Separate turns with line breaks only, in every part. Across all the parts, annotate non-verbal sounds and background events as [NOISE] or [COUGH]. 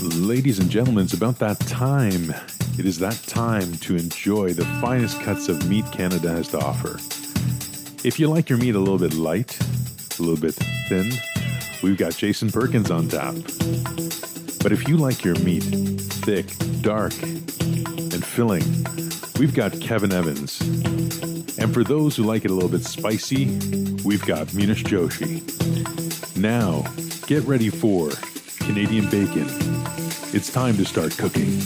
ladies and gentlemen, it's about that time. It is that time to enjoy the finest cuts of meat Canada has to offer. If you like your meat a little bit light, a little bit thin, we've got Jason Perkins on tap. But if you like your meat thick, dark, and filling, we've got Kevin Evans. And for those who like it a little bit spicy, we've got Munish Joshi. Now, get ready for Canadian bacon. It's time to start cooking.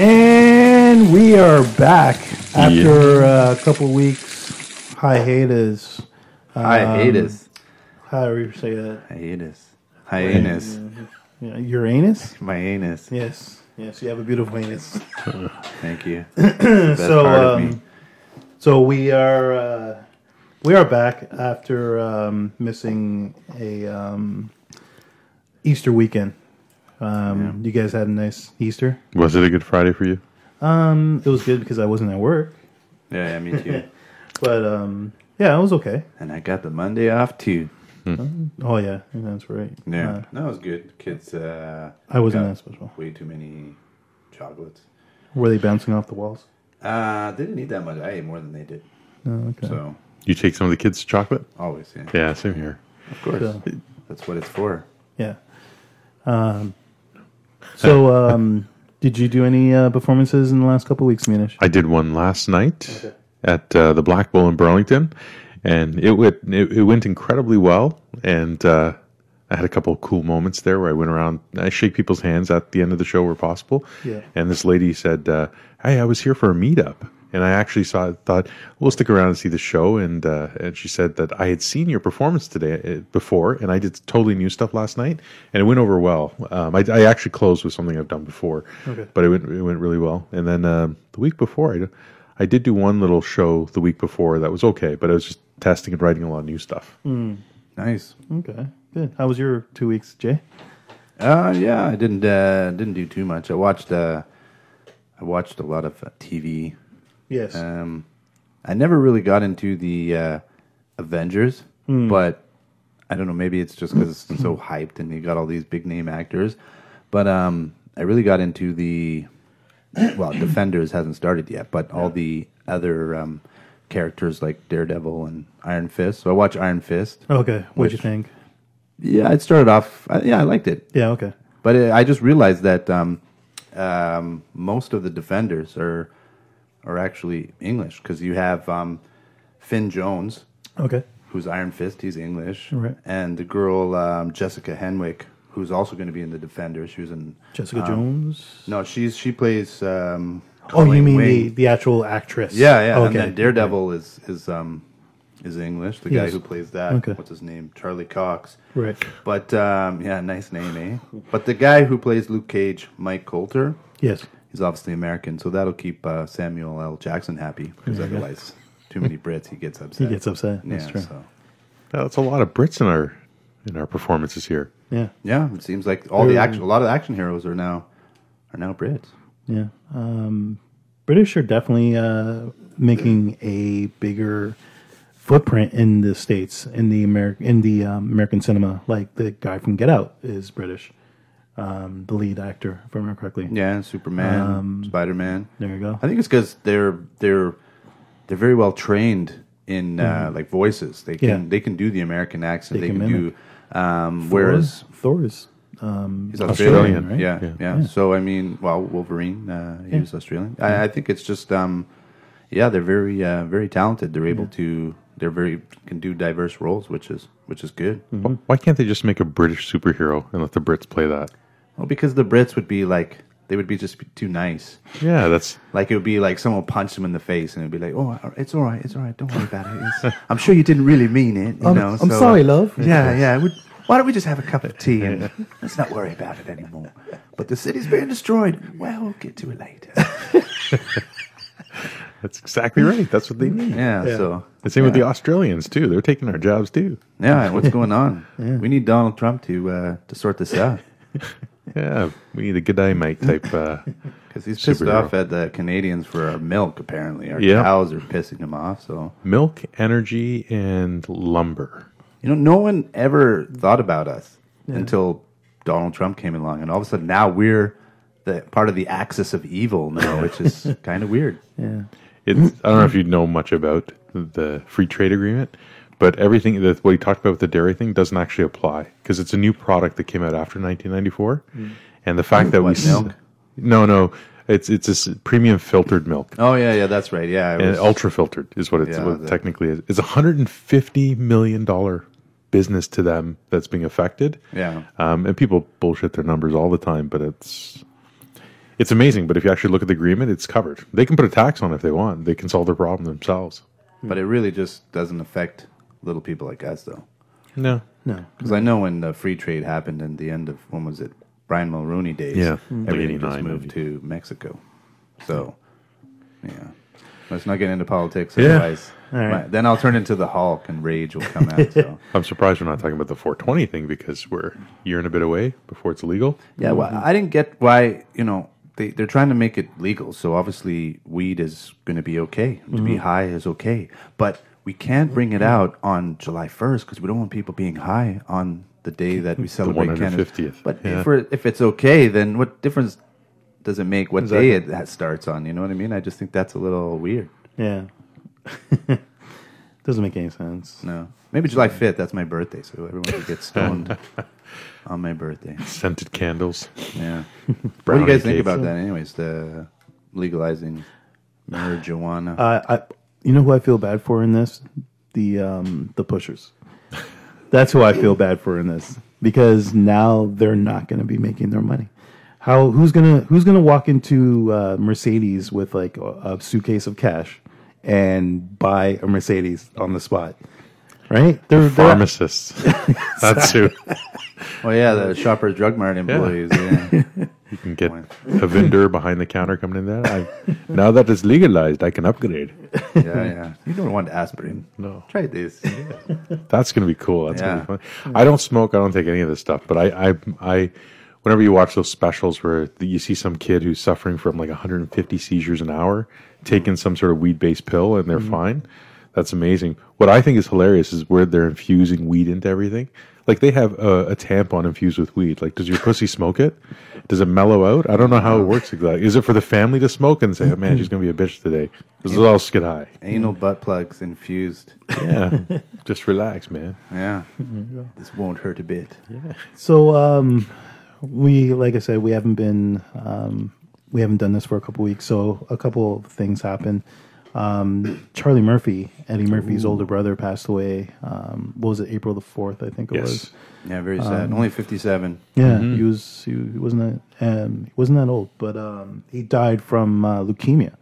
And we are back after uh, a couple weeks hiatus.
Um, Hiatus.
How do you say that?
Hiatus. Hiatus.
Yeah, your anus?
My anus.
Yes. Yes, you have a beautiful anus. [CLEARS THROAT]
Thank you. Best
so,
part of
um,
me.
So we are uh, we are back after um, missing a um, Easter weekend. Um, You guys had a nice Easter.
Was it a good Friday for you?
Um, it was good because I wasn't at work,
Yeah, yeah,
[LAUGHS]
me too.
but um, yeah, it was okay.
and I got the Monday off too.
Oh yeah, that's right.
Yeah,
Uh,
that was good. Kids. Uh,
I wasn't
got
that special.
Way too many chocolates.
Were they bouncing off the walls?
Uh, they didn't eat that much. I ate more than they did.
Oh, okay.
So
You take some of the kids' chocolate?
always, yeah.
Yeah, same here.
Of course,
So-
that's what it's for.
Yeah. Um, so, um, did you do any uh, performances in the last couple weeks, Munish?
I did one last night at uh, the Black Bull in Burlington, and it went it, it went incredibly well. And uh, I had a couple of cool moments there where I went around. I shake people's hands at the end of the show where possible.
Yeah.
And this lady said, uh, "Hey, I was here for a meetup." And I actually saw thought we'll stick around and see the show. And uh, and she said that I had seen your performance today uh, before, and I did totally new stuff last night, and it went over well. Um, I, I actually closed with something I've done before,
Okay.
but it went it went really well. And then um, the week before, I, I did do one little show the week before that was okay, but I was just testing and writing a lot of new stuff.
Nice.
Okay, good. How was your two weeks, Jay?
Uh, yeah, I didn't uh, didn't do too much. I watched uh, I watched a lot of uh, TV.
Yes.
Um, I never really got into the uh, Avengers, but I don't know. Maybe it's just because it's so hyped and you got all these big name actors. But um, I really got into the well, Defenders hasn't started yet, but all the other um, characters like Daredevil and Iron Fist. So I watch Iron Fist.
okay. What'd you
which-
think?
Yeah, it started off. I, yeah, I liked it,
Yeah. Okay.
but uh I just realized that um, um, most of the defenders are are actually English because you have um, Finn Jones,
Okay.
who's Iron Fist, he's English,
Right.
and the girl um, Jessica Henwick, who's also going to be in the Defenders. She was in
Jessica Jones.
no, she's she plays. Um,
Oh, you
Colleen
mean the,
Wing.
the actual actress?
yeah, yeah. And
Okay.
then Daredevil is is um, is English. The guy
Yes.
who plays that,
Okay.
what's his name, Charlie Cox.
Right.
But um, yeah, nice name, eh? But the guy who plays Luke Cage, Mike Coulter,
Yes.
he's obviously American, so that'll keep uh, Samuel L. Jackson happy because otherwise, too many Brits, he gets
He
upset.
gets upset.
Yeah,
That's true.
so-
Yeah, That's a lot of Brits in our in our performances here.
Yeah.
yeah, it seems like all the action, a lot of action heroes are now are now Brits.
Yeah. Um, British are definitely uh, making a bigger footprint in the states in the American in the um, American cinema. Like the guy from Get Out is British, um, the lead actor, if I remember correctly.
Yeah, Superman, Spider Man.
Um, There you go.
I think it's because they're they're they're very well trained in uh, like voices. They can
Mm-hmm. Yeah.
they can do the American accent.
They
They,
can
can,
mimic.
do. Um, whereas
Thor is
He's Australian,
Australian, right?
Yeah, yeah, So I mean, well, Wolverine, uh, he was Australian. I, I think it's just, um, yeah, they're very, uh, very talented. They're able to, they're very can do diverse roles, which is which is good.
Why can't they just make a British superhero and let the Brits play that?
Well, because the Brits would be like, they would be just too nice.
Yeah, that's
Like it would be like someone punched him in the face, and it'd be like, oh, it's all right, it's all right, don't worry about it.
[LAUGHS]
It's, I'm sure you didn't really mean it. You
I'm-
know,
Um, I'm
so, uh,
sorry, love.
Yeah, yeah. we- why don't we just have a cup of tea and let's not worry about it anymore? But the city's being destroyed. Well, we'll get to it later.
that's exactly right. That's what they need.
Yeah, so
The Mm-hmm. same with the Australians too. They're taking our jobs too.
[LAUGHS] yeah, what's going on? We need Donald Trump to uh, to sort this out.
Yeah, we need a good day, mate type. [LAUGHS] Uh,
Because he's pissed
Superhero.
off at the Canadians for our milk, apparently. Our
Yeah.
cows are pissing him off. So,
milk, energy, and lumber.
you know, no one ever thought about us until Donald Trump came along. And all of a sudden now we're the part of the axis of evil [LAUGHS] now, which is kind of weird.
Yeah.
It's, I don't know if you know much about the free trade agreement, but everything that what he talked about with the dairy thing doesn't actually apply because it's a new product that came out after 1994, and the fact that we
Mm. What,
s-
milk?
no no it's it's this premium filtered milk
Oh, yeah, yeah, that's right. Yeah. oh. it
and
was-
ultra filtered is what it's
Yeah,
what
the-
technically is. It's a hundred and fifty million dollar business to them that's being affected.
Yeah.
um, and people bullshit their numbers all the time, but it's it's amazing. But if you actually look at the agreement, it's covered. They can put a tax on it if they want. They can solve their problem themselves.
But it really just doesn't affect little people like us, though.
No,
No.
Because I know when the free trade happened in the end of when was it Brian Mulrooney days?
Yeah. Mm.
everything just
89,
moved
maybe.
to Mexico. So, yeah, let's not get into politics.
Yeah.
Otherwise,
All right.
my- then I'll turn into the Hulk and rage will come out. So.
I'm surprised we're not talking about the 420 thing because we're a year and a bit away before it's illegal.
Yeah, well, I didn't get why you know they they're trying to make it legal. So obviously, weed is going to be okay. To be high is okay, but we can't bring it out on July first because we don't want people being high on the day that we celebrate cannabis.
150th,
But
yeah.
if we're, if it's okay, then what difference does it make what day it that starts on? You know what I mean? I just think that's a little weird.
Yeah. [LAUGHS] Doesn't make any sense.
No, maybe July fifth. That's my birthday, so everyone could get stoned on my birthday.
Scented candles.
[LAUGHS]
Yeah. what do you guys think
cake.
about that, anyways? The legalizing marijuana.
Uh, I, you know who I feel bad for in this? The um, the pushers. That's who I feel bad for in this because now they're not going to be making their money. How who's gonna who's gonna walk into uh, Mercedes with like a, a suitcase of cash and buy a Mercedes on the spot? Right? They're, they're
[LAUGHS]
Pharmacists. That's who
oh yeah, the Shoppers Drug Mart employees.
[LAUGHS]
Yeah.
you can get a vendor behind the counter coming in there. I, now that it's legalized, I can upgrade.
yeah, yeah. You don't want aspirin.
No.
Try this.
That's going to be cool. That's
Yeah.
going to be fun. I don't smoke. I don't take any of this stuff. But I, I, I, whenever you watch those specials where the- you see some kid who's suffering from like 150 seizures an hour, taking some sort of weed-based pill, and they're fine. That's amazing. What I think is hilarious is where they're infusing weed into everything. Like they have a, a tampon infused with weed. Like, does your pussy smoke it? Does it mellow out? I don't know how it works exactly. Is it for the family to smoke and say, "Oh man, she's gonna be a bitch today"? This is all skid high.
Anal butt plugs infused.
Yeah, just relax, man.
Yeah. This won't hurt a bit.
So um, we, like I said, we haven't been, um, we haven't done this for a couple weeks. So a couple of things happened. Um, Charlie Murphy, Eddie Murphy's older brother, passed away. Um, what was it, April the fourth? I think it
Yes.
was.
Yeah,
Um,
very sad. Only fifty-seven.
Yeah, he was. He wasn't that. Um, he wasn't that old, but um, he died from uh, leukemia,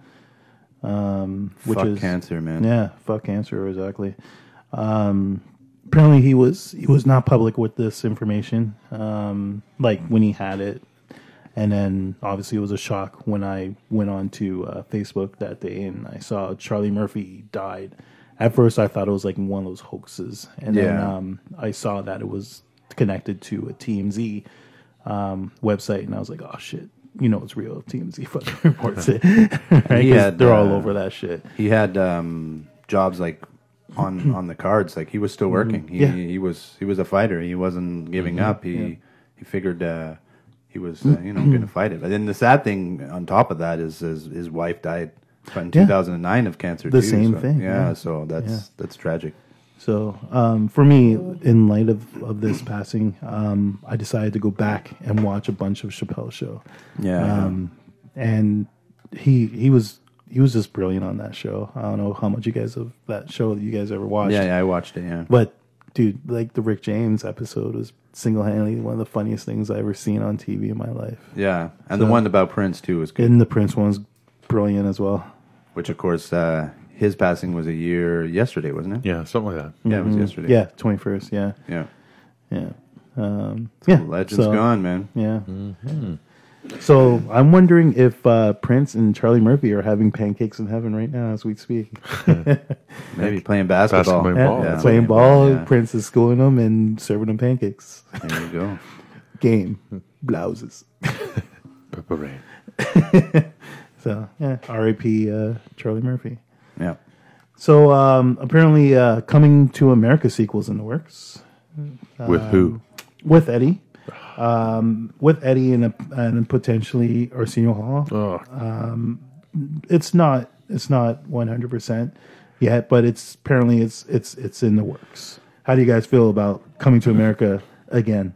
um, which
Fuck
is
cancer, man.
Yeah, fuck cancer, exactly. Um, apparently, he was he was not public with this information. Um, like when he had it, and then obviously it was a shock when I went on to uh, Facebook that day and I saw Charlie Murphy died. At first, I thought it was like one of those hoaxes, and then
Yeah.
um, I saw that it was connected to a TMZ um, website, and I was like, "Oh shit!" You know it's real. if TMZ fucking [LAUGHS] reports it. right?
He
'Cause
had,
they're all
uh,
over that shit.
He had um, jobs like
[CLEARS THROAT]
on on the cards. Like he was still working. He
Mm, Yeah. Mm-hmm.
he was he was a fighter. He wasn't giving up. He he figured uh, he was uh, you know
Mm-hmm.
going to fight it. But then the sad thing on top of that is is his wife died in
Yeah.
2009 of cancer.
The
too,
same
so-
thing,
Yeah,
yeah.
So that's that's tragic.
So um, for me, in light of, of this passing, um, I decided to go back and watch a bunch of Chappelle's show,
Yeah.
Um, and he he was he was just brilliant on that show. I don't know how much you guys of that show that you guys ever watched,
yeah. Yeah. I watched it. Yeah.
but dude, like the Rick James episode was single handedly one of the funniest things I ever seen on TV in my life,
yeah. And the one about Prince too was good.
and the Prince one's brilliant as well.
Which of course uh, his passing was a year yesterday, wasn't it?
Yeah, something like that.
Yeah. It was yesterday.
Mm-hmm. Yeah, twenty first. Yeah,
Yeah.
yeah, um, yeah.
Legend's
so-
gone, man.
Yeah. So I'm wondering if uh, Prince and Charlie Murphy are having pancakes in heaven right now as we speak.
Maybe playing basketball.
Basketball. Yeah,
Yeah.
Playing ball,
Yeah.
[LAUGHS] Prince is schooling them and serving them pancakes.
There you go.
Game. blouses.
Purple Rain.
So yeah, R.A.P. Uh, Charlie Murphy.
Yeah.
So um, apparently, uh, coming to America sequels in the works
With who?
with Eddie, um, with Eddie and, and potentially Arsenio Hall.
Oh,
It's not it's not one hundred percent yet, but it's apparently it's it's it's in the works. How do you guys feel about coming to America again?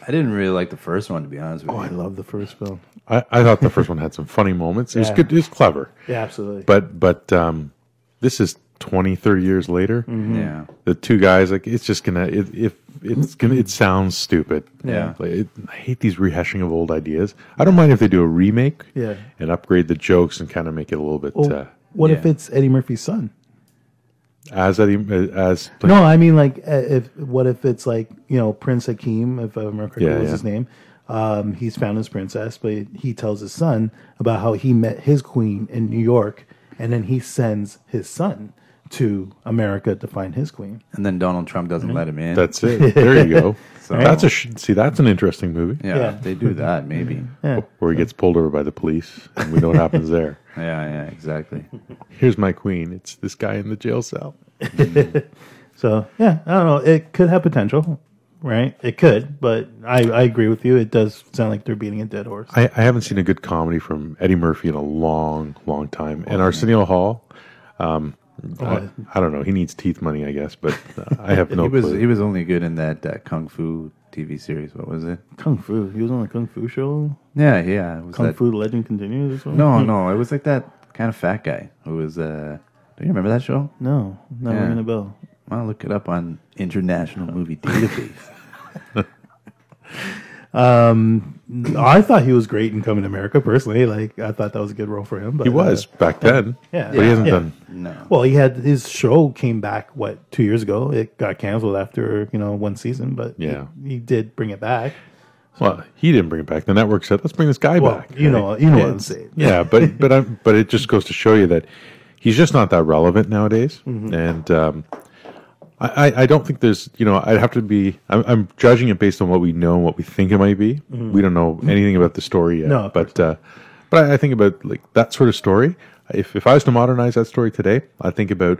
Oh,
I didn't really like the first one to be honest with
I
you.
love the first film.
I, I thought the first one had some funny moments. It was
Yeah.
good. It was clever.
Yeah, absolutely.
But but um, this is 20, 30 years later.
Mm-hmm.
Yeah.
The two guys like it's just gonna it, if it's gonna it sounds stupid.
Yeah.
Like, it, I hate these rehashing of old ideas. I don't mind if they do a remake.
Yeah. Oh.
And upgrade the jokes and kind of make it a little bit
Well,
uh,
what if
yeah.
it's Eddie Murphy's son?
as e, uh,
[LAUGHS]
as
No, I mean like uh, if what if it's like you know Prince Hakim, if I remember correctly,
Yeah,
was
yeah.
his name. Um, he's found his princess, but he tells his son about how he met his queen in New York, and then he sends his son to America to find his queen.
And then Donald Trump doesn't
Mm-hmm.
let him in.
That's it. There
[LAUGHS]
you go.
So-
That's a sh- see. That's an interesting movie.
yeah,
Yeah. [LAUGHS]
They do that maybe.
Yeah.
Where he gets pulled over by the police, and we know what
[LAUGHS]
happens there.
Yeah, yeah, exactly.
Here's my queen. It's this guy in the jail cell.
So yeah, I don't know. It could have potential, right? It could, but I, I agree with you. It does sound like they're beating a dead horse.
I, I haven't seen a good comedy from Eddie Murphy in a long, long time. And Arsenio Hall, um, I, I don't know. He needs teeth money, I guess, but uh, I have no
he was
clue.
he was only good in that uh, kung fu TV series. What was it?
Kung Fu. He was on the Kung Fu show.
Yeah, yeah. It was
Kung
that,
Fu Legend continues. or something?
No, no. It was like that kind of fat guy who was. uh Do you remember that show?
no, not
Yeah.
ringing a bell.
I'll look it up on International
[LAUGHS]
Movie Database.
I thought he was great in Coming to America. Personally, like I thought that was a good role for him. But
he was
uh,
back then.
yeah.
But he hasn't
Yeah.
done.
No.
well, he had his show came back what two years ago. It got canceled after you know one season, but he-
Yeah.
he, did bring it back.
Well, he didn't bring it back. The network said, "Let's bring this guy
Well,
back."
you know, you know what I'm
It's-
saying.
Yeah, but but I'm, but it just goes to show you that he's just not that relevant nowadays.
Mm-hmm.
And um, I I- I don't think there's you know I'd have to be I'm, I'm judging it based on what we know and what we think it might be. We don't know anything about the story yet.
Mm-hmm. No, of
but uh, but I, I think about like that sort of story. If if I was to modernize that story today, I think about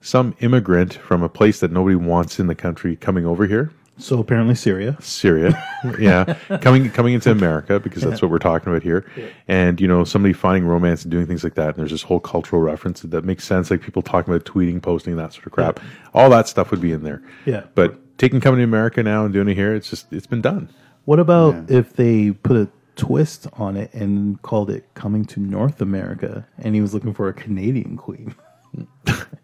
some immigrant from a place that nobody wants in the country coming over here
So apparently Syria.
Syria, [LAUGHS] yeah, coming coming into America because that's what we're talking about here, and you know somebody finding romance and doing things like that. And there's this whole cultural reference that makes sense, like people talking about tweeting, posting, that sort of crap. All that stuff would be in there.
Yeah.
but taking coming to America now and doing it here, it's just it's been done.
What about if they put a twist on it and called it Coming to North America, and he was looking for a Canadian queen? [LAUGHS]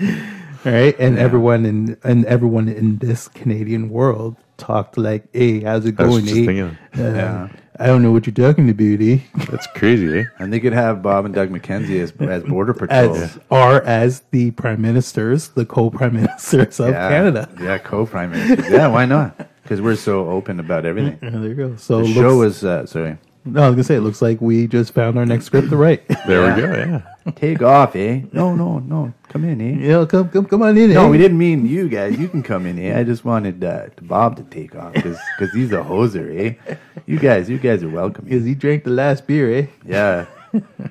All right, and everyone in and everyone in this Canadian world talked like, "Hey, how's it
I was
going,
just
eh?
thinking.
Uh, I don't know what you're talking to, beauty."
Oh.
That's crazy. eh?
And they could have Bob and Doug McKenzie as, as border patrol.
As are as the prime ministers, the co-prime [LAUGHS] ministers of
Yeah.
Canada.
Yeah, co-prime ministers. Yeah, why not? Because we're so open about everything.
Yeah, there you go. So
The
it
show
looks,
is uh, sorry.
no, I was gonna say it looks like we just found our next script to write. [LAUGHS]
There we
Yeah.
go. Yeah,
Take off, eh? No, no, no. Come in, eh?
you know, come come come on in.
No,
eh?
we didn't mean you guys. You can come in here. I just wanted uh, Bob to take off because he's a hoser, eh? You guys, you guys are welcome. eh?
Because he drank the last beer, eh?
Yeah. What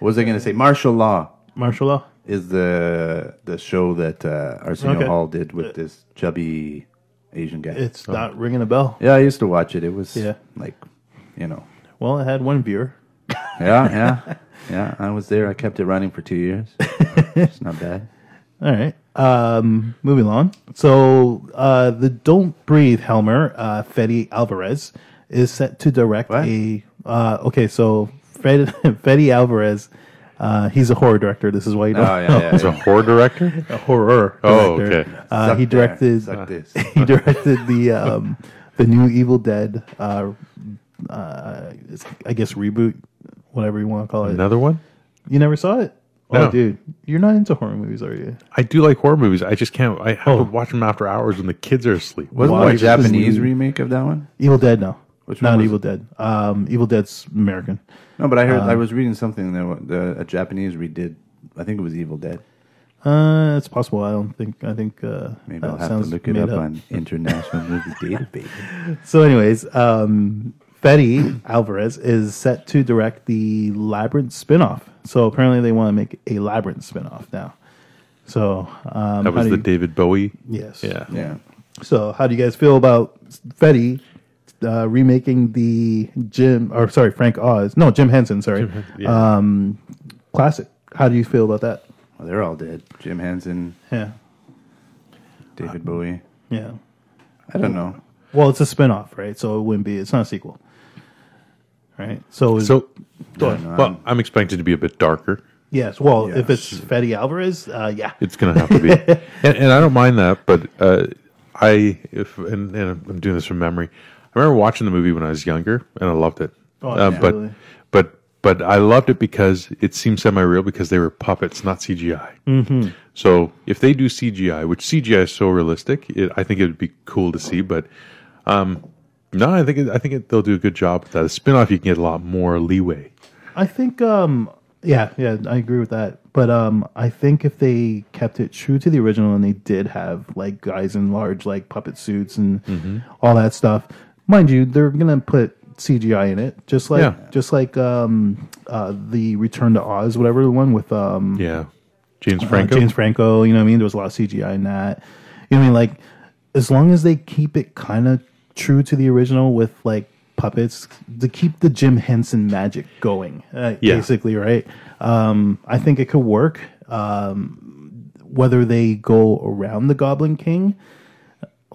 was I going to say? Martial law
Martial law.
is the the show that uh, Arsenio
Okay.
Hall did with this chubby Asian guy.
It's not ringing a bell.
yeah, I used to watch it. It was
Yeah.
like, you know.
Well, it had one viewer.
Yeah, yeah. Yeah, I was there. I kept it running for two years. it's not bad.
All right. Um, moving along. So uh, the Don't Breathe Helmer, uh, Fetty Alvarez, is set to direct
What?
a. Uh, okay, so Fred, Fetty [LAUGHS] Alvarez, uh, he's a horror director. This is why you don't
[LAUGHS] Oh, yeah, yeah.
it's a horror director.
a horror.
Oh,
director.
okay.
Uh, he
Suck there.
directed.
Suck this.
[LAUGHS] he directed the um, the new Evil Dead. Uh, uh, it's- I guess reboot, whatever you want to call it.
Another one.
You never saw it? Oh,
No.
dude, you're not into horror movies, are you?
I do like horror movies. I just can't. I have to watch them after hours when the kids are asleep.
Wasn't
Why
there a
is this
Japanese
new-
remake of that one?
Evil Dead, no.
Which one
not
was
Evil Dead. Um, Evil Dead's American.
Uh, No, but I heard I was reading something that wa- the, a Japanese redid. I think it was Evil Dead.
Uh, it's possible. I don't think. I think uh,
Maybe
that
I'll have to
sounds
look it
made
Oh, up, on [LAUGHS] International Movie Database.
So, anyways, um, Fetty Alvarez is set to direct the Labyrinth spinoff. So apparently, they want to make a Labyrinth spinoff now. So um,
That
how
was
do
the
you-
David Bowie.
Yes.
Yeah.
Yeah.
So, how do you guys feel about Fetty uh, remaking the Jim or sorry Frank Oz? No, Jim Henson. Sorry,
Yeah.
um, classic. How do you feel about that?
Well, they're all dead. Jim Henson,
Yeah,
David Bowie.
yeah.
Uh, I don't know.
Well, it's a spinoff, right? So it wouldn't be. It's not a sequel, right? So, is-
So,
I
Um,
don't know.
well, I'm expecting to be a bit darker.
yes. Well, if it's
Yes.
Fetty Alvarez, uh, yeah,
It's going to have
[LAUGHS]
to be, and, and I don't mind that. But uh, I, if and, and I'm doing this from memory, I remember watching the movie when I was younger, and I loved it.
Oh,
Uh,
absolutely.
but, but, but I loved it because it seemed semi-real because they were puppets, not CGI. Mm-hmm. So if they do CGI, which CGI is so realistic, it, I think it would be cool to see. But um, no, I think it, I think it, they'll do a good job with that. A spin-off, you can get a lot more leeway.
I think. um yeah, yeah, I agree with that. But um, I think if they kept it true to the original and they did have like guys in large like puppet suits and all that stuff, mind you, they're gonna put CGI in it, just like
Yeah.
just like um, uh, the Return to Oz, whatever the one with um,
Yeah, James
uh,
Franco.
James Franco. You know what I mean? There was a lot of CGI in that. You know what I mean? Like, as long as they keep it kind of true to the original with like puppets to keep the Jim Henson magic going, uh,
Yeah.
basically, right? Um, I think it could work. Um, whether they go around the Goblin King,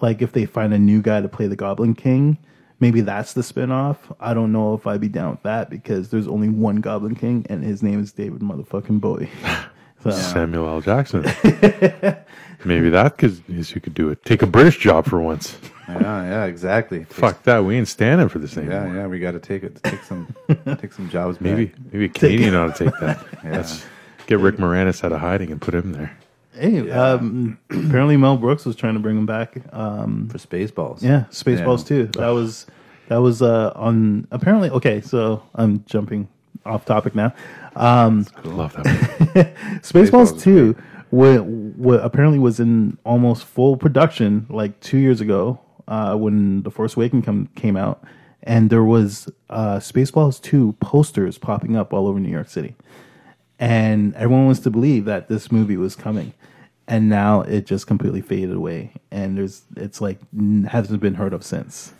like if they find a new guy to play the Goblin King, maybe that's the spinoff. I don't know if I'd be down with that because there's only one Goblin King and his name is David motherfucking Bowie. So,
Samuel
[LAUGHS]
L. Jackson. Maybe that could, is who could do it. Take a British job
[LAUGHS]
for once.
Yeah, yeah, exactly. Takes-
Fuck that. We ain't standing for this anymore.
Yeah, yeah, we got to take it. Take [LAUGHS] some, take some jobs.
Maybe
back.
maybe a Canadian ought to take that.
[LAUGHS] Yeah.
That's, get Rick Moranis out of hiding and put him there.
Hey, um, apparently Mel Brooks was trying to bring him back. Uh,
for Spaceballs.
yeah, Spaceballs too. That was that was uh, on apparently. Okay, so I'm jumping off topic now. Um,
Love
[LAUGHS]
that. Movie.
Spaceballs
Spaceballs is
two, what, what apparently was in almost full production like two years ago uh, when The Force Awakens come, came out, and there was uh, Spaceballs two posters popping up all over New York City. and everyone was to believe that this movie was coming and now it just completely faded away and there's it's like n- hasn't been heard of since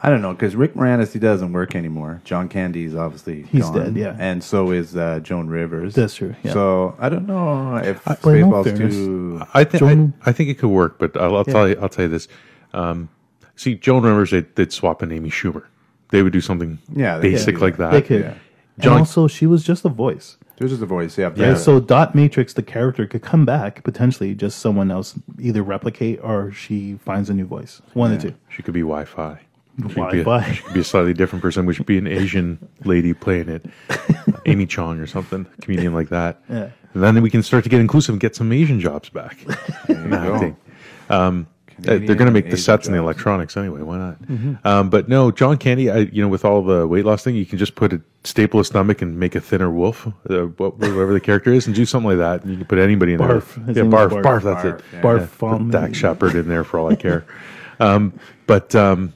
I don't know because Rick Moranis he doesn't work anymore. John Candy is obviously
He's
gone,
dead, yeah.
and so is uh, Joan Rivers.
That's true, yeah.
So I don't know if
but in all
Spaceballs
fairness-
two.
I think
Joan-
I, I think it could work, but I'll, I'll tell you I'll tell you this. Um, see, Joan Rivers they'd, they'd swap in Amy Schumer. They would do something
Yeah, they could
basic
do
like
that.
that.
they could
yeah.
John-
and also she was just a voice
There's just a voice. Yeah,
right?
yeah.
so dot matrix the character could come back potentially just someone else either replicate or she finds a new voice one of the two
She could be Wi-Fi. She could be a-
Wi-Fi.
she could be a slightly different person. We should be an Asian lady playing
[LAUGHS]
it, Amy Chong or something, comedian like that. And then we can start to get inclusive and get some Asian jobs
[LAUGHS]
back.
you
I
go.
think. Um, uh,
Canadian
they're going to make the
Asian
sets and the
jobs.
electronics anyway. Why not?
Mm-hmm.
Um, but no, John Candy. I, you know, with all the weight loss thing, you can just put a staple a stomach and make a thinner wolf, uh, wh- whatever the character is, and do something like that. And you can put anybody in
Barf.
there.
His
Yeah,
name was Barf.
barf, barf, That's
Barf,
it.
yeah.
Barf
Put
Fum.
Dak Shepard in there for all I care. [LAUGHS] um, but um,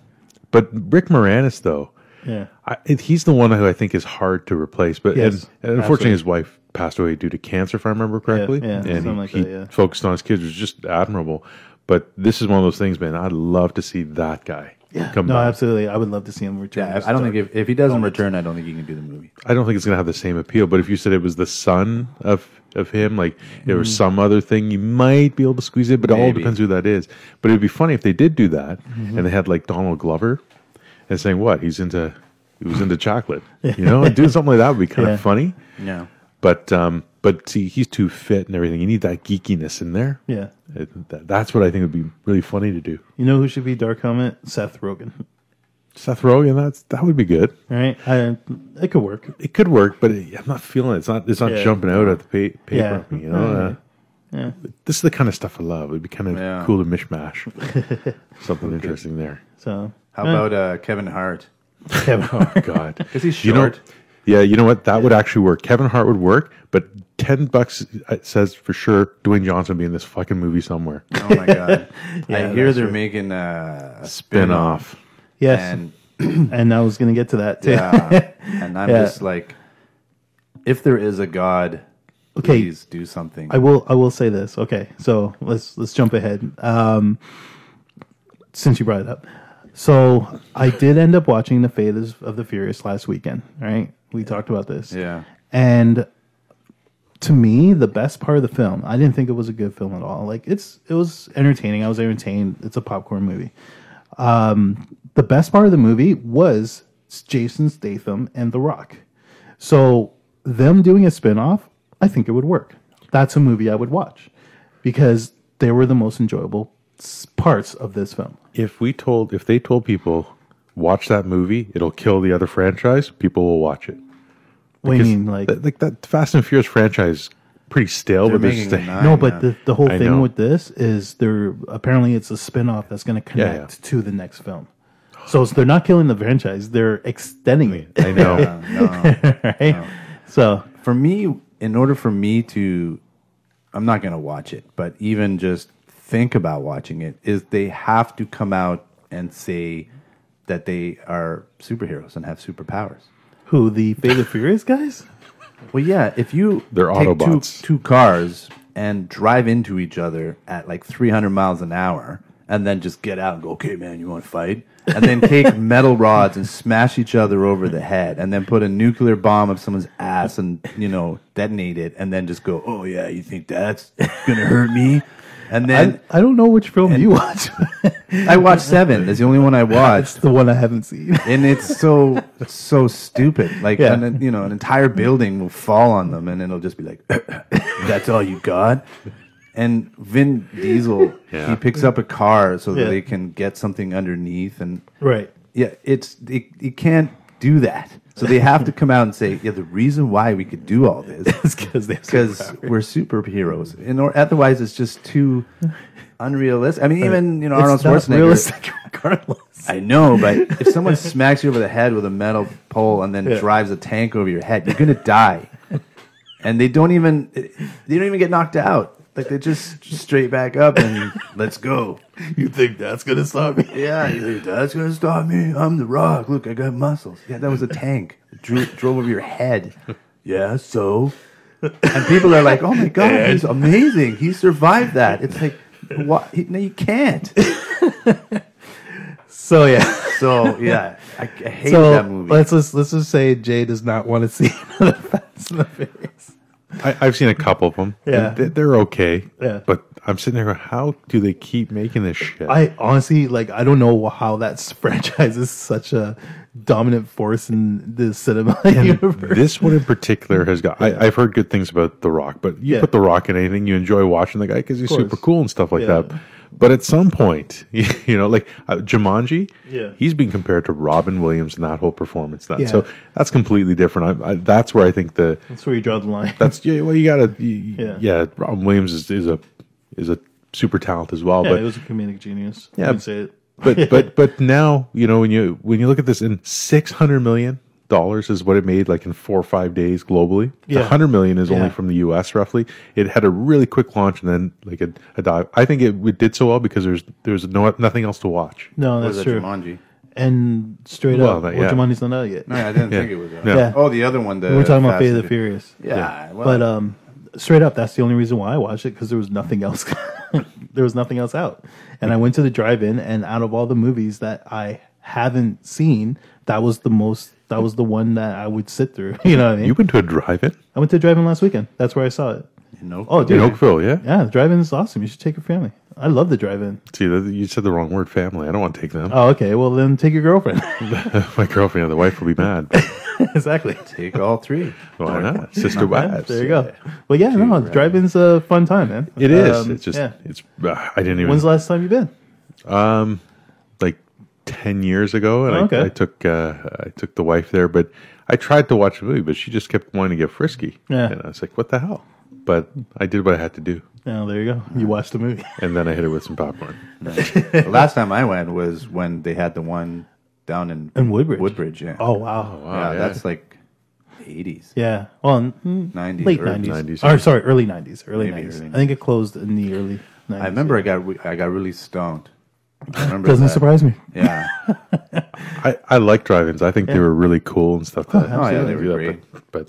but Rick Moranis though,
yeah
I, it- he's the one who I think is hard to replace. But
Yes,
and, and unfortunately,
absolutely.
his wife passed away due to cancer, if I remember correctly.
yeah,
and he,
something like
he
that, yeah.
focused on his kids, which is just admirable. But this is one of those things, man. I'd love to see that guy come
no
back.
absolutely i would love to see him return
Yeah, I- I don't think if, if he doesn't return, I don't think he can do the movie.
I don't think it's gonna have the same appeal. But if you said it was the son of of him, like there
Mm.
was some other thing, you might be able to squeeze it. But it all
Maybe.
depends who that is. But it'd be funny if they did do that,
Mm-hmm.
and they had like Donald Glover, and saying what he's into, he was
[LAUGHS]
into chocolate, you know, and doing something like that would be kind
Yeah.
of funny.
Yeah.
But um, but see, he's too fit and everything. You need that geekiness in there.
yeah
It- that- that's what I think would be really funny to do.
you know who should be dark helmet seth rogen
Seth Rogen, that's that would be good.
all right I, it could work
It could work, but it, I'm not feeling it. It's not it's not
Yeah.
jumping out at the pa- paper.
Yeah.
at me, You know, Uh,
yeah
this is the kind of stuff I love. It'd be kind of
Yeah.
cool to mishmash something interesting there.
so
How
Yeah.
about uh, Kevin Hart?
Kevin Hart.
Oh, God,
Because he's
You know,
short.
Yeah, you know what? That would actually work. Kevin Hart would work, but ten bucks uh, says for sure Dwayne Johnson be in this fucking movie somewhere.
Oh
[LAUGHS]
my god! I
Yeah,
hear
that's
they're making uh,
[LAUGHS]
a
Spin
spin-off,
off.
Yes, and,
and
I was going to get to that too.
yeah, and I'm
Yeah.
just like, if there is a god,
Okay.
please do something.
I will. I will say this. Okay, so let's let's jump ahead. Um, since you brought it up, so I did end up watching the Fate of of the Furious last weekend. Right, we talked about this.
yeah,
and to me the best part of the film i didn't think it was a good film at all like it's it was entertaining i was entertained it's a popcorn movie um the best part of the movie was jason statham and the rock so them doing a spin-off i think it would work that's a movie i would watch because they were the most enjoyable s- parts of this film
If we told, if they told people watch that movie, it'll kill the other franchise. People will watch it.
what do you mean like
Th- like that Fast and Furious franchise, is pretty stale,
They're
but there's
making
sta-
nine
No,
now.
but the, the whole
I
thing
know.
with this is they're apparently it's a spin-off that's going to connect to the next film. So it's- they're not killing the franchise; they're extending it. [LAUGHS]
I know.
right? So
for me, in order for me to, I'm not going to watch it, but even just think about watching it, is they have to come out and say that they are superheroes and have superpowers.
who the Fate of Furious guys?
Well, yeah, if you
They're
two,
Autobots.
two cars and drive into each other at like 300 miles an hour and then just get out and go, okay, man, you want to fight? And then
[LAUGHS]
take metal rods and smash each other over the head and then put a nuclear bomb up someone's ass and, you know, detonate it and then just go, oh, yeah, you think that's going to hurt me? And
I,
then
I don't know which film you watch.
I watched Seven. That's the only
[LAUGHS]
one I watched.
it's the one I haven't seen. [LAUGHS]
And it's so, so stupid. Like,
Yeah.
an, you know, an entire building will fall on them and it'll just be like, [COUGHS] that's all you got. And Vin Diesel, he picks up a car so that
Yeah.
they can get something underneath, and
right.
yeah, it's it, you can't do that. So they have to come out and say, yeah, the reason why we could do
[LAUGHS]
all this
It's because they
because we're superheroes, and or otherwise it's just too unrealistic. I mean, even you know Arnold
it's not
Schwarzenegger.
realistic [LAUGHS] regardless.
I know,
[LAUGHS]
but if someone smacks you over the head with a metal pole and then
Yeah.
drives a tank over your head, you're gonna die. And they don't even they don't even get knocked out. Like they just straight back up and let's go.
You think that's gonna stop
[LAUGHS]
me?
Yeah, you think that's gonna stop me? I'm the Rock. Look, I got muscles. Yeah, that was a tank. Drew, drove over your head. Yeah, so. And people are like, "Oh my god, he's amazing! He survived that." It's like, what? He, no, you can't.
So yeah.
So yeah, I, I hate
So
that movie.
let's just let's just say Jay does not want to see [LAUGHS] another Fast and the Furious.
I, I've seen a couple of them.
Yeah.
they, they're okay.
Yeah.
but I'm sitting there. going, How do they keep making this shit?
I honestly like I don't know how that [LAUGHS] franchise is such a dominant force in the cinema [LAUGHS] universe.
this
[LAUGHS]
one in particular has got. I, I've heard good things about The Rock, but you
Yeah.
put The Rock in anything, you enjoy watching the guy because he's
course.
super cool and stuff like
Yeah.
that. But at some point, [LAUGHS] you, know, like uh, Jumanji,
Yeah.
he's being compared to Robin Williams in that whole performance. That
Yeah.
so that's completely different. I, I, that's where I think the
That's where you draw the line.
that's yeah. Well, you gotta you,
Yeah.
yeah. Robin Williams is, is a is a super talent as well.
yeah,
but
it was a comedic genius.
Yeah.
I would say it.
but but but now you know when you when you look at this in 600 million dollars is what it made like in four or five days globally
Yeah.
yeah. 100 million is
Yeah.
only from the us roughly it had a really quick launch and then like a, a dive i think it, it did so well because there's there was no nothing else to watch
No, that's true.
Jumanji?
And straight
Well,
up,
that-
well,
yeah.
Jumanji's not out yet.
No, I didn't
Yeah.
think it was. That.
No.
Yeah.
Oh, the other one. The
We're talking about
Fast
Fate of
and
the
Furious.
Furious.
Yeah, well,
But um, straight up, that's the only reason why I watched it because there was nothing else. [LAUGHS] there was nothing else out, and I went to the drive-in, and out of all the movies that I haven't seen, that was the most. That was the one that I would sit through. [LAUGHS] You know what I mean?
you went to a drive-in
I went to drive-in last weekend. That's where I saw it.
no,
Oh, dude.
in oakville yeah,
Yeah, the drive-in is awesome. You should take your family. I love the drive-in.
see that, you said the wrong word family i don't want to take them [LAUGHS]
Oh, okay. Well, then take your girlfriend. [LAUGHS]
my girlfriend or the wife will be [LAUGHS] mad
exactly.
take all three.
why not sister wives
There you go. Well, yeah, no, the drive-in's a fun time, man.
it is
Um,
it's just
yeah.
it's uh, i didn't even
When's the last time you've been?
like ten years ago, and
Oh, okay.
I, I took uh, I took the wife there, but I tried to watch the movie, but she just kept wanting to get frisky,
Yeah.
and I was like, "What the hell?" But I did what I had to do,
Oh, there you go. You watched the movie.
and then I hit her with
[LAUGHS]
some popcorn.
The last time I went was when they had the one down in
In Woodbridge?
Woodbridge, yeah.
Oh wow.
yeah,
yeah.
that's like eighties.
Yeah. Well, mm,
90s,
late
early
90s.
90s,
Or
yeah.
sorry, early 90s. Early
Maybe
90s.
early
I think it closed in the early 90s.
I remember I got re- I got really stoned.
[LAUGHS]
I remember
Doesn't
that.
surprise me.
[LAUGHS] Yeah,
I, I like drive-ins. I think they were really cool and stuff. That,
Oh, yeah, they
do
were
that, But, but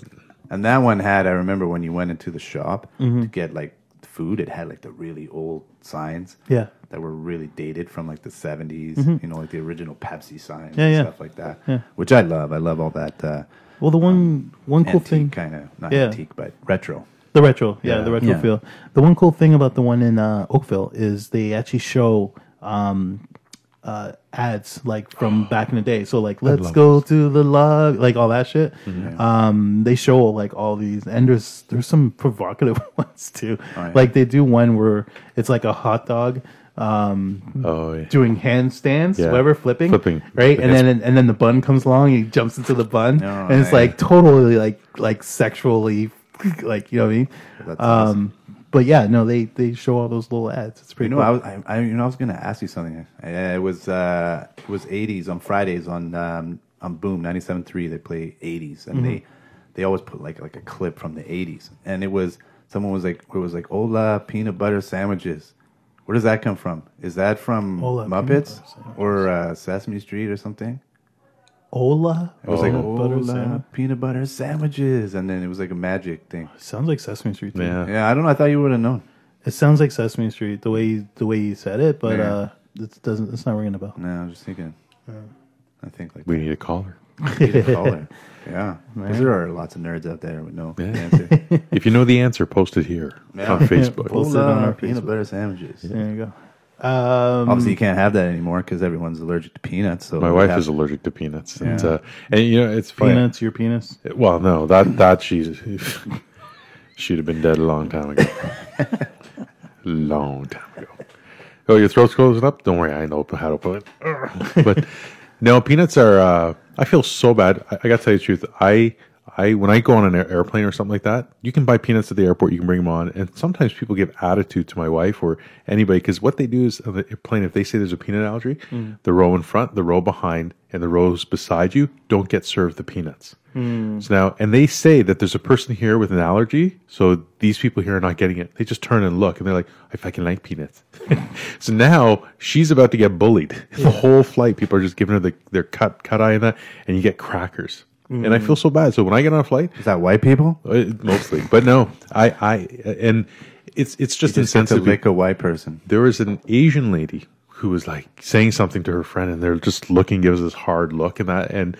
and that one had I remember when you went into the shop
Mm-hmm.
to get like food, it had like the really old signs.
Yeah.
that were really dated from like the 70s, you know, like the original Pepsi sign
Mm-hmm. Yeah,
and
yeah.
stuff like that, which I love. I love all that uh,
Well, the one one cool thing,
antique kind of, not
Yeah.
antique, but retro.
the retro, yeah, the retro
Yeah.
feel. The one cool thing about the one in uh, Oakville is they actually show um, uh, ads like
[GASPS]
from back in the day. So like, let's go to the love, like all that shit.
Mm-hmm.
Um, they show like all these, and there's there's some provocative [LAUGHS] ones too.
Oh, yeah.
Like they do one where it's like a hot dog. Um,
oh, yeah.
doing handstands,
Yeah.
whatever, flipping,
Flipping.
right? And
Yes.
then and then the bun comes along, he jumps into the bun,
No,
and it's
man.
like totally like like sexually, [LAUGHS] like you know what I mean?
That's
um, but yeah, no, they they show all those little ads. It's
You
pretty
know,
cool.
I was, I, I, you know, I was going to ask you something. Uh, It was, uh, it was 80s on Fridays on, um, on Boom 97.3. They play 80s, and
Mm-hmm.
they, they always put like like a clip from the 80s. And it was someone was like, it was like, "Hola, peanut butter sandwiches." Where does that come from? Is that from
Hola, peanut
Muppets
butter sandwiches.
or uh, Sesame Street or something?
Ola,
It was like
Peanut
Oh,
butter
"Hola,
sandwich.
peanut butter sandwiches, and then it was like a magic thing.
sounds like Sesame Street. to me.
Yeah.
Yeah, I don't know. I thought you would have known.
it sounds like Sesame Street the way you, the way you said it, but
Yeah.
uh, it doesn't. It's not ringing a bell.
No, I was just thinking. I think like
We need a caller.
need a caller. Yeah, 'Cause there are lots of nerds out there with no
Yeah.
answer.
if you know the answer, post it here
Yeah. [LAUGHS] uh,
on Facebook.
Post it
Hola,
on our
peanut
Facebook.
butter sandwiches.
There you go. Um,
Obviously, you can't have that anymore because everyone's allergic to peanuts. So
My
we
wife
have-
is allergic to peanuts, and
Yeah.
uh, and you know it's funny.
peanuts, your penis.
Well, no, that that she's she'd have been dead a long time ago. long time ago. Oh, your throat's closing up. Don't worry, I know how to open it. Ugh. [LAUGHS] but no, peanuts are. Uh, I feel so bad. I, I got to tell you the truth. I I when I go on an air- airplane or something like that, you can buy peanuts at the airport. You can bring them on, and sometimes people give attitude to my wife or anybody because what they do is on the airplane. If they say there's a peanut allergy, the row in front, the row behind, and the rows beside you don't get served the peanuts. So now, and they say that there's a person here with an allergy, so these people here are not getting it. They just turn and look, and they're like, "I fucking like peanuts." [LAUGHS] so now she's about to get bullied. [LAUGHS] The whole flight, people are just giving her the, their cut cut eye and that, and you get crackers. And I feel so bad. So when I get on a flight,
Is that white people?
uh, mostly, but no, I I and it's it's
Just get
just,
to
insensitive
lick a white person.
there was an Asian lady who was like saying something to her friend, and they're just looking, gives this hard look, and that, and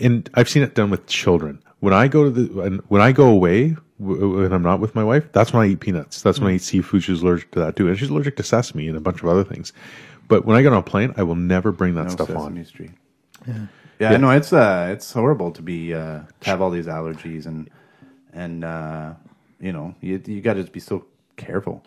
and I've seen it done with children. When I go to the and when I go away, w- when I'm not with my wife, that's when I eat peanuts. That's when I eat seafood. She's allergic to that too, and she's allergic to sesame and a bunch of other things. But when I get on a plane, I will never bring that
No
stuff
Sesame
on.
Street. Yeah, I know it's uh, it's horrible to be uh, to have all these allergies and and uh, you know you you got to just be so careful.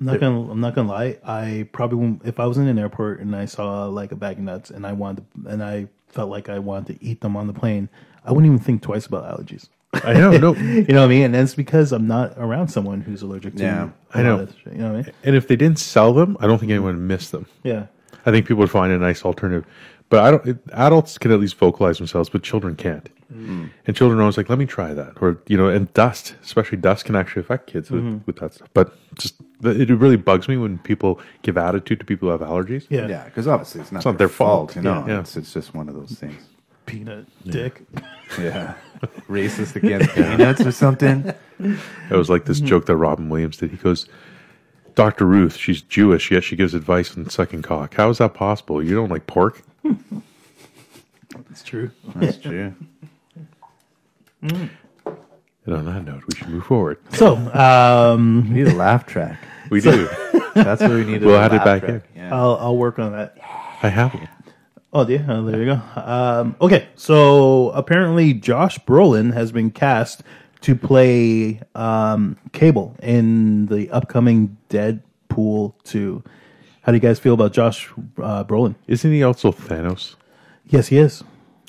I'm not gonna. I'm not gonna lie. I probably, wouldn't- if I was in an airport and I saw like a bag of nuts and I wanted, to, and I felt like I wanted to eat them on the plane, I wouldn't even think twice about allergies.
I know, no,
you know what I mean? And that's because I'm not around someone who's allergic to.
Yeah,
a
I
lot
know.
of this shit, you know what I mean?
and if they didn't sell them, I don't think anyone would miss them.
Yeah.
I think people would find a nice alternative. But I don't. Adults can at least vocalize themselves, but children can't.
Mm.
And children are always like, "Let me try that," or you know, and dust, especially dust, can actually affect kids
Mm-hmm.
with, with that stuff. But just it really bugs me when people give attitude to people who have allergies.
Yeah.
Yeah, because obviously it's not,
not
their,
their
fault,
fault.
you know.
Yeah. Yeah.
It's, it's just one of those things.
Peanut dick.
Yeah, racist against peanuts or something.
It was like this
Mm-hmm.
joke that Robin Williams did. He goes, "Dr. Ruth, she's Jewish, yet she gives advice on sucking cock. How is that possible? You don't like pork?"
It's true.
[LAUGHS] That's true.
And on that note, we should move forward.
So, um,
We need a laugh track.
We do.
That's what we need.
We'll
a
add it
laugh
back
track. Yeah.
I'll I'll work on that.
I have one.
Oh, yeah. Oh, there you go. Um, okay, so apparently Josh Brolin has been cast to play um, Cable in the upcoming Deadpool 2. How do you guys feel about Josh uh, Brolin?
Isn't he also Thanos?
Yes, he is.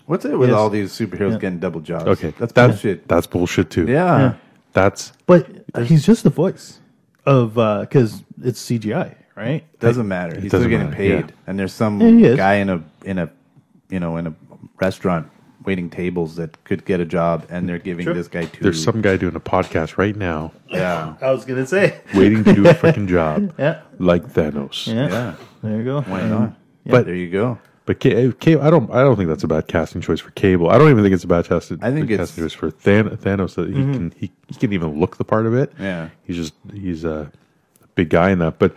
What's it with
Yes.
all these superheroes getting double jobs?
Okay,
that's
that's
bullshit.
That's bullshit too.
yeah.
That's
But he's just the voice of, because it's CGI, right?
Doesn't matter. He's
doesn't
still getting
matter,
paid,
yeah.
and there's some
Yeah, he is.
guy in a in a you know in a restaurant waiting tables that could get a job, and they're giving this guy two.
There's some guy doing a podcast right now
yeah,
I was gonna say.
waiting to do a freaking
[LAUGHS]
job
[LAUGHS] Yeah.
like Thanos.
Yeah.
yeah.
There you go.
Why not?
But-
there you go.
But Ca- Ca- I don't I don't think that's a bad casting choice for Cable. I don't even think it's a bad casting,
I think it's- Mm-hmm.
casting choice for Than- Thanos that he can he, he can even look the part of it.
Yeah.
he's just he's a big guy in that. But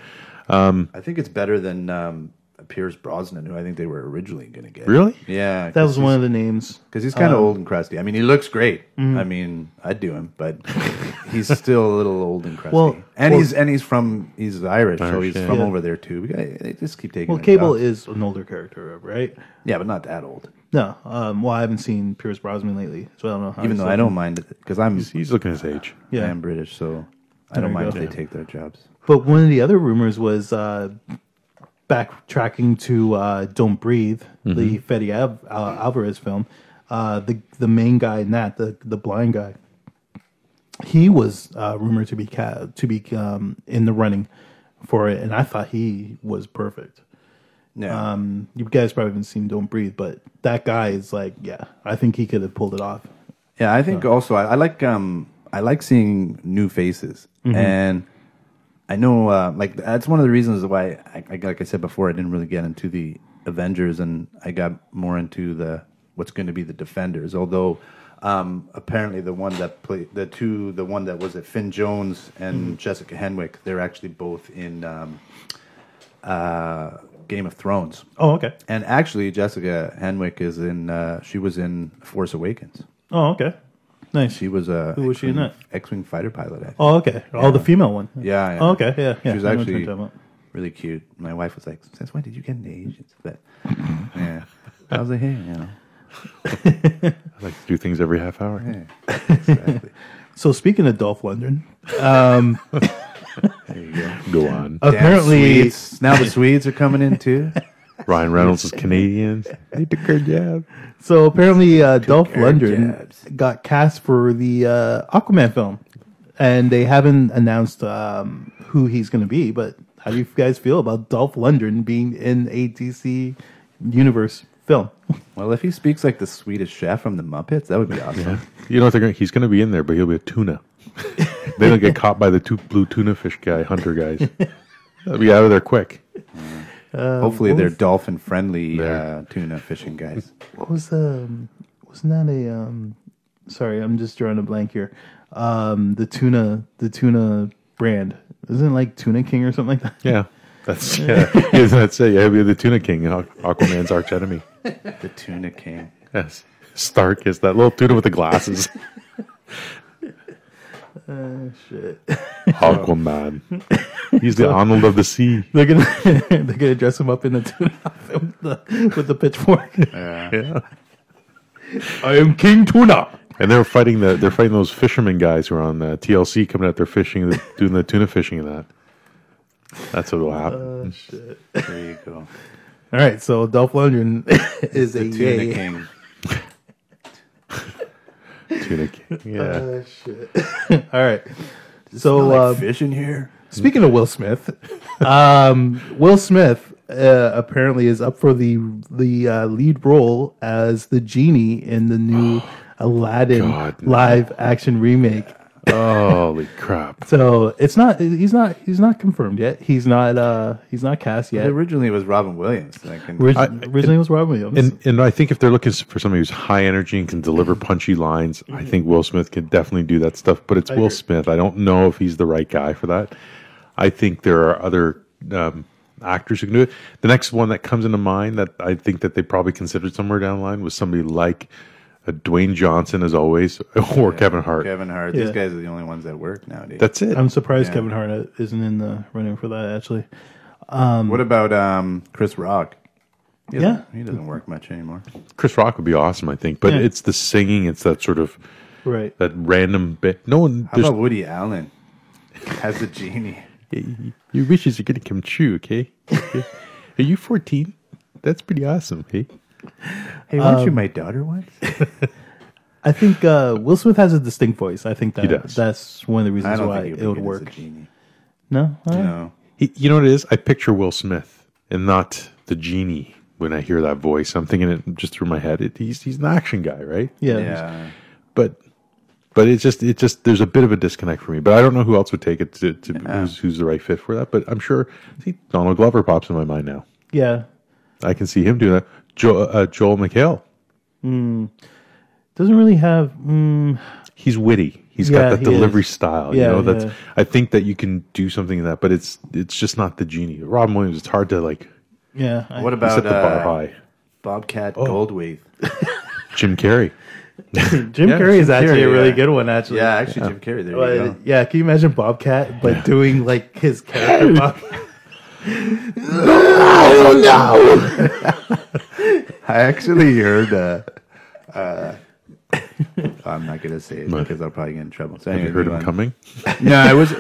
I think it's better than um, Pierce Brosnan, who I think they were originally going to get.
really,
Yeah,
That was one of the names. Um,
because he's kind of old and crusty. I mean, he looks great.
Mm-hmm.
I mean, I'd do him, but [LAUGHS] he's still a little old and crusty.
Well-
and he's and he's from he's Irish, so
Irish,
he's
yeah.
from
Yeah.
over there too. We got- they just keep taking.
Well,
their
Cable
jobs.
is an older character, right?
yeah, but not that old.
No. Um, well, I haven't seen Pierce Brosnan lately, so I don't know. How
Even
he's
though I
looking.
don't mind it because I'm
he's looking his age.
Yeah.
I am British, so I don't
you
mind
go.
if they take their jobs.
But one of the other rumors was uh, backtracking to uh, "Don't Breathe," the Fetty Al- Al- Alvarez film. Uh, the the main guy in that, the the blind guy, he was uh, rumored to be ca- to be um, in the running for it, and I thought he was perfect.
Yeah,
Um, you guys probably haven't seen "Don't Breathe," but that guy is like, yeah, I think he could have pulled it off.
yeah. I think also I, I like um I like seeing new faces, and I know uh, like that's one of the reasons why I, I like I said before I didn't really get into the Avengers, and I got more into the what's going to be the Defenders. Although um apparently the one that played the two the one that was at Finn Jones and Jessica Henwick, they're actually both in um, uh, Game of Thrones.
Oh, okay.
And actually, Jessica Henwick is in. Uh, she was in Force Awakens.
Oh, okay. Nice.
She was a
Who was she in
X-wing-
that?
X-wing fighter pilot. I think.
Oh, okay. Oh, the female one.
Yeah, yeah.
Oh, okay. Yeah. yeah.
She was
I know what
actually
you're talking about.
really cute. My wife was like, "Since when did you get an agent?" But yeah, I was like, "Hey, you know,
I like to do things every half hour.
hey, exactly."
So speaking of Dolph Lundgren,
There you go.
Go
Damn
on.
apparently,
Swedes. now the Swedes are coming in too.
Ryan Reynolds is Canadian.
[LAUGHS]
They took her jab.
so apparently, uh, Dolph
care of
Lundgren
jabs.
got cast for the uh, Aquaman film, and they haven't announced um, who he's going to be. But how do you guys feel about Dolph Lundgren being in a DC universe film?
Well, if he speaks like the Swedish chef from the Muppets, that would be awesome.
You know what they're going? He's going to be in there, but he'll be
[LAUGHS]
a tuna. they don't get caught by the two blue tuna fish guy
[LAUGHS]
hunter guys. They'll be out of there quick.
Uh,
Hopefully, they're dolphin friendly
There.
uh, tuna fishing guys.
What was um wasn't that a um sorry, I'm just drawing a blank here. Um the tuna the tuna brand. Isn't it like Tuna King or something like that? [LAUGHS]
Yeah, that's yeah. yeah that's it. Yeah, he'll be the tuna king, Aqu- Aquaman's arch enemy.
the tuna king.
Yes, Stark is that little tuna with the glasses.
Shit.
Aquaman. He's the Arnold of the sea.
They're gonna they're gonna [LAUGHS] dress him up in a tuna outfit with the with the pitchfork. [LAUGHS]
Yeah.
I am King Tuna.
And they're fighting the they're fighting those fishermen guys who are on uh, TLC coming out there fishing, doing the tuna fishing and that. That's what'll happen.
There you go.
All right, so Dolph Lundgren [LAUGHS] is a
Tuna
yay.
king.
tuna king. Yeah.
Uh, shit. All right. So uh,
fish in here.
Speaking of Will Smith, [LAUGHS] um, Will Smith uh, apparently is up for the the uh, lead role as the genie in the new Aladdin
God, no.
live action remake.
Holy crap!
So it's not he's not he's not confirmed yet. He's not uh, he's not cast yet.
Originally, it was Robin Williams. I can,
Orig-
I-
originally it was Robin Williams.
And and I think if they're looking for somebody who's high energy and can deliver punchy lines, I think Will Smith can definitely do that stuff. But it's Will
agree.
Smith. I don't know if he's the right guy for that. I think there are other um, actors who can do it. The next one that comes into mind that I think that they probably considered somewhere down the line was somebody like uh, Dwayne Johnson, as always, [LAUGHS] or Kevin Hart.
Kevin Hart.
Yeah. Um,
These guys are the only ones that work nowadays.
That's it.
I'm surprised Kevin Hart isn't in the running for that actually.
what about um, Chris Rock? He
Yeah.
doesn't- he doesn't work much anymore.
Chris Rock would be awesome, I think. But
Yeah.
it's the singing. It's that sort of
Right.
that random bit. No one.
How
there's
about Woody Allen as a genie?
Your wishes are going to come true, okay? are you 14? That's pretty awesome, hey?
Hey, weren't you my daughter once?
I think uh, Will Smith has a distinct voice. I think that
does.
that's one of the
I
reasons
don't
why
think
it
he
would
be good as
work.
a genie.
No. All right.
No,
He, you know what it is? I picture Will Smith and not the genie. when I hear that voice, I'm thinking it just through my head. It, he's he's an action guy, right?
Yeah.
Yeah.
But but it's just it just there's a bit of a disconnect for me. But I don't know who else would take it to, to who's, who's the right fit for that. But I'm sure see Donald Glover pops in my mind now.
Yeah.
I can see him doing that. Jo, uh, Joel McHale.
Doesn't really have. Mm,
he's witty. He's
Yeah,
got that
he
delivery
is.
style.
Yeah,
you know, that's
yeah.
I think that you can do something in that, but it's it's just not the genie. Robin Williams, it's hard to like
yeah. I-
What
set
about
the bar
uh,
high.
Bobcat Goldthwait?
Jim Carrey.
Jim
Yeah,
Carrey is
Jim
actually
Carrey,
a really
yeah.
good one. Actually.
Yeah, actually, Jim Carrey. There you
But,
go.
yeah, can you imagine Bobcat but doing like his
[LAUGHS]
character Bobcat?
I actually heard. [LAUGHS] Uh, uh, I'm not gonna say it
What?
because I'll probably get in trouble. So
Have you
anyway,
heard
move
him
on.
coming?
No, I was.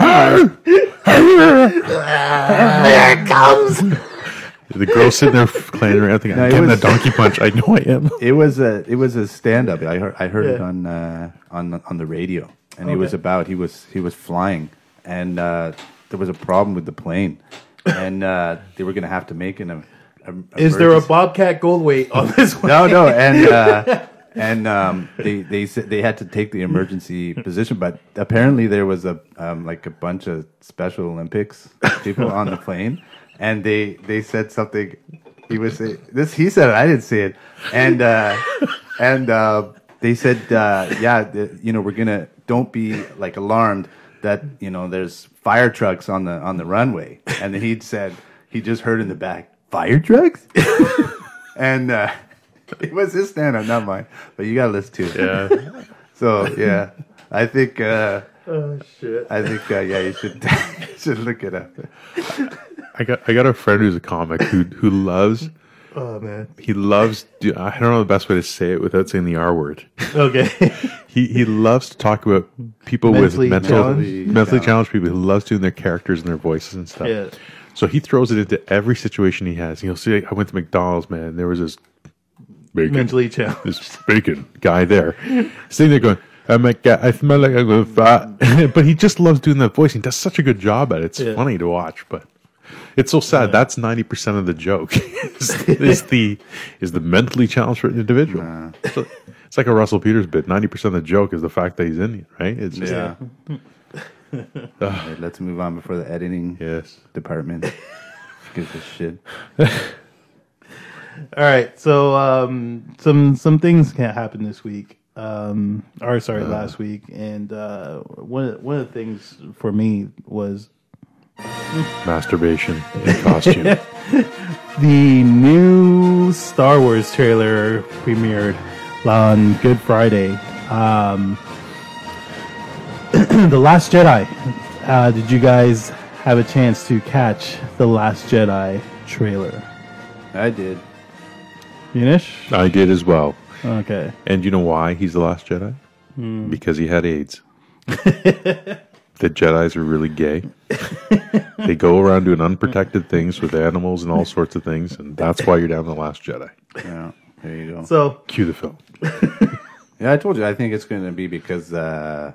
The girl sitting there [LAUGHS] claying around thinking,
No,
I'm
it
getting
was-
a donkey punch. I know I am.
it was a it was a stand up. I heard I heard it
Yeah.
on uh, on the- on the radio, and it
Okay.
was about he was he was flying, and uh, there was a problem with the plane, and uh, they were going to have to make an. A, a
Is there a
emergency-
Bobcat Goldweight on this one?
[LAUGHS] no no and uh, and um, they they said they had to take the emergency position, but apparently there was a um, like a bunch of Special Olympics people on the plane, and they they said something. He was say this. He said it. I didn't say it, and uh, and uh, they said, uh, yeah, the, you know, we're gonna don't be like alarmed that you know there's fire trucks on the on the runway, and then he'd said he just heard in the back fire trucks. [LAUGHS] And uh, [LAUGHS] it was his stand up, not mine. But you got to listen to it.
Yeah.
[LAUGHS] So, yeah. I think, uh,
Oh shit!
I think, uh, yeah, you should, [LAUGHS] you should look it up.
I got I got a friend who's a comic who who loves
Oh man.
he loves do, I don't know the best way to say it without saying the R word.
Okay. [LAUGHS]
He he loves to talk about people
Mentally
with mental
challenged?
mentally challenged people. He loves doing their characters and their voices and stuff.
Yeah.
So he throws it into every situation he has. You'll see. I went to McDonald's, man. and There was this bacon,
Mentally challenged.
this bacon guy there, sitting there going, "I'm a guy. I smell like I'm going fat." [LAUGHS] but he just loves doing that voice. He does such a good job at it. It's
Yeah.
funny to watch, but. It's so sad. That's ninety percent of the joke. [LAUGHS] is, is the is the mentally challenged individual. So, it's like a Russell Peters bit. Ninety percent of the joke is the fact that he's Indian, right? It's just,
Yeah. All right, let's move on before the editing
Yes.
department gives a shit.
All right. So um, some some things can happen this week. Um, or sorry,
Uh.
last week. And uh, one of- one of the things for me was
Masturbation in costume.
the new Star Wars trailer premiered on Good Friday. Um, [CLEARS THROAT] the Last Jedi. Uh, did you guys have a chance to catch the Last Jedi trailer?
I did.
Finish.
I did as well.
Okay.
And you know why he's the last Jedi? Because he had [LAUGHS] AIDS. the Jedi's are really [LAUGHS] gay. they go around doing unprotected things with animals and all sorts of things, and that's why you're down the last Jedi.
Yeah, there you go.
So
Cue the film.
yeah, I told you, I think it's going to be because uh,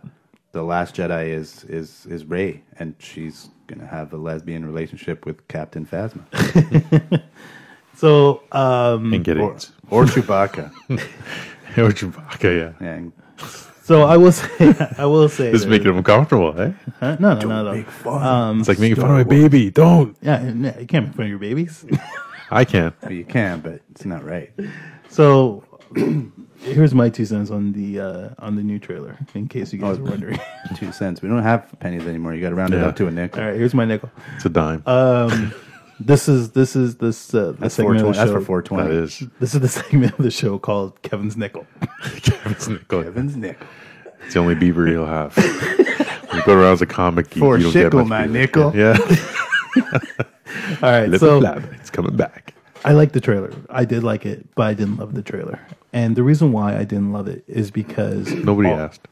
The Last Jedi is, is, is Rey, and she's going to have a lesbian relationship with Captain Phasma
so um,
And get
or,
AIDS. [LAUGHS]
or Chewbacca. [LAUGHS]
Or Chewbacca, yeah.
Yeah, and
so I will [LAUGHS] say I will say
This is
that-
making him uncomfortable, eh?
Huh? no no no no.
It's like making fun of my baby. Don't.
Yeah, no, you can't make fun of your babies.
I can't.
Well, you can, but it's not right.
So [CLEARS THROAT] here's my two cents on the uh, on the new trailer, in case you guys were wondering. [LAUGHS]
Two cents. We don't have pennies anymore. You got to round it
Yeah.
up to a nickel.
All right, here's my nickel.
It's a dime.
This is this is this uh, the
That's, four
segment of
twenty.
the
That's
show.
for four twenty.
that [LAUGHS] is.
This is the [LAUGHS] segment of the show called Kevin's [LAUGHS] Nickel.
Kevin's nickel.
Kevin's nickel.
It's the only beaver you'll have. you go around as a comic geek,
Four
you don't get
shickle,
much
my
beaver.
nickel.
Yeah. [LAUGHS]
All right,
Lip
so
flap. It's coming back.
I like the trailer. I did like it, but I didn't love the trailer. And the reason why I didn't love it is because
Nobody
all,
asked.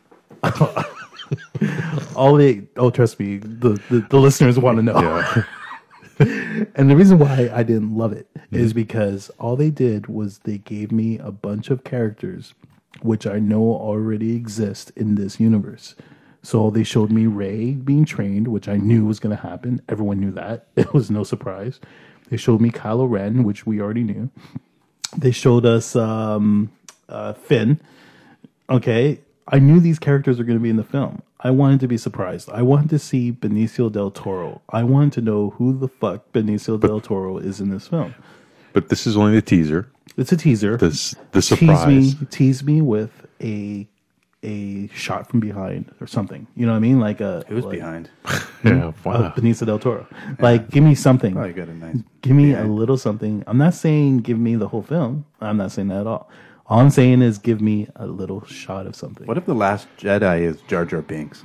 all the oh trust me, the the, the listeners want to know.
Yeah.
[LAUGHS] And the reason why I didn't love it is because all they did was they gave me a bunch of characters which I know already exist in this universe. So they showed [LAUGHS] me Ray being trained, which I knew was going to happen. Everyone knew that. It was no surprise. They showed me Kylo Ren, which we already knew. They showed us um, uh, Finn. Okay, I knew these characters were going to be in the film. I wanted to be surprised. I wanted to see Benicio del Toro. I wanted to know who the fuck Benicio del Toro is in this film.
But this is only the teaser.
It's a teaser.
This the surprise.
Tease me, tease me with a a shot from behind or something. You know what I mean? Like a
Who's
like,
behind?
Yeah,
Uh,
wow.
Benicio del Toro. Like, give me something.
Oh, you got a nice.
Give me a little something. I'm not saying give me the whole film. I'm not saying that at all. All I'm saying is give me a little shot of something.
What if the Last Jedi is Jar Jar Binks?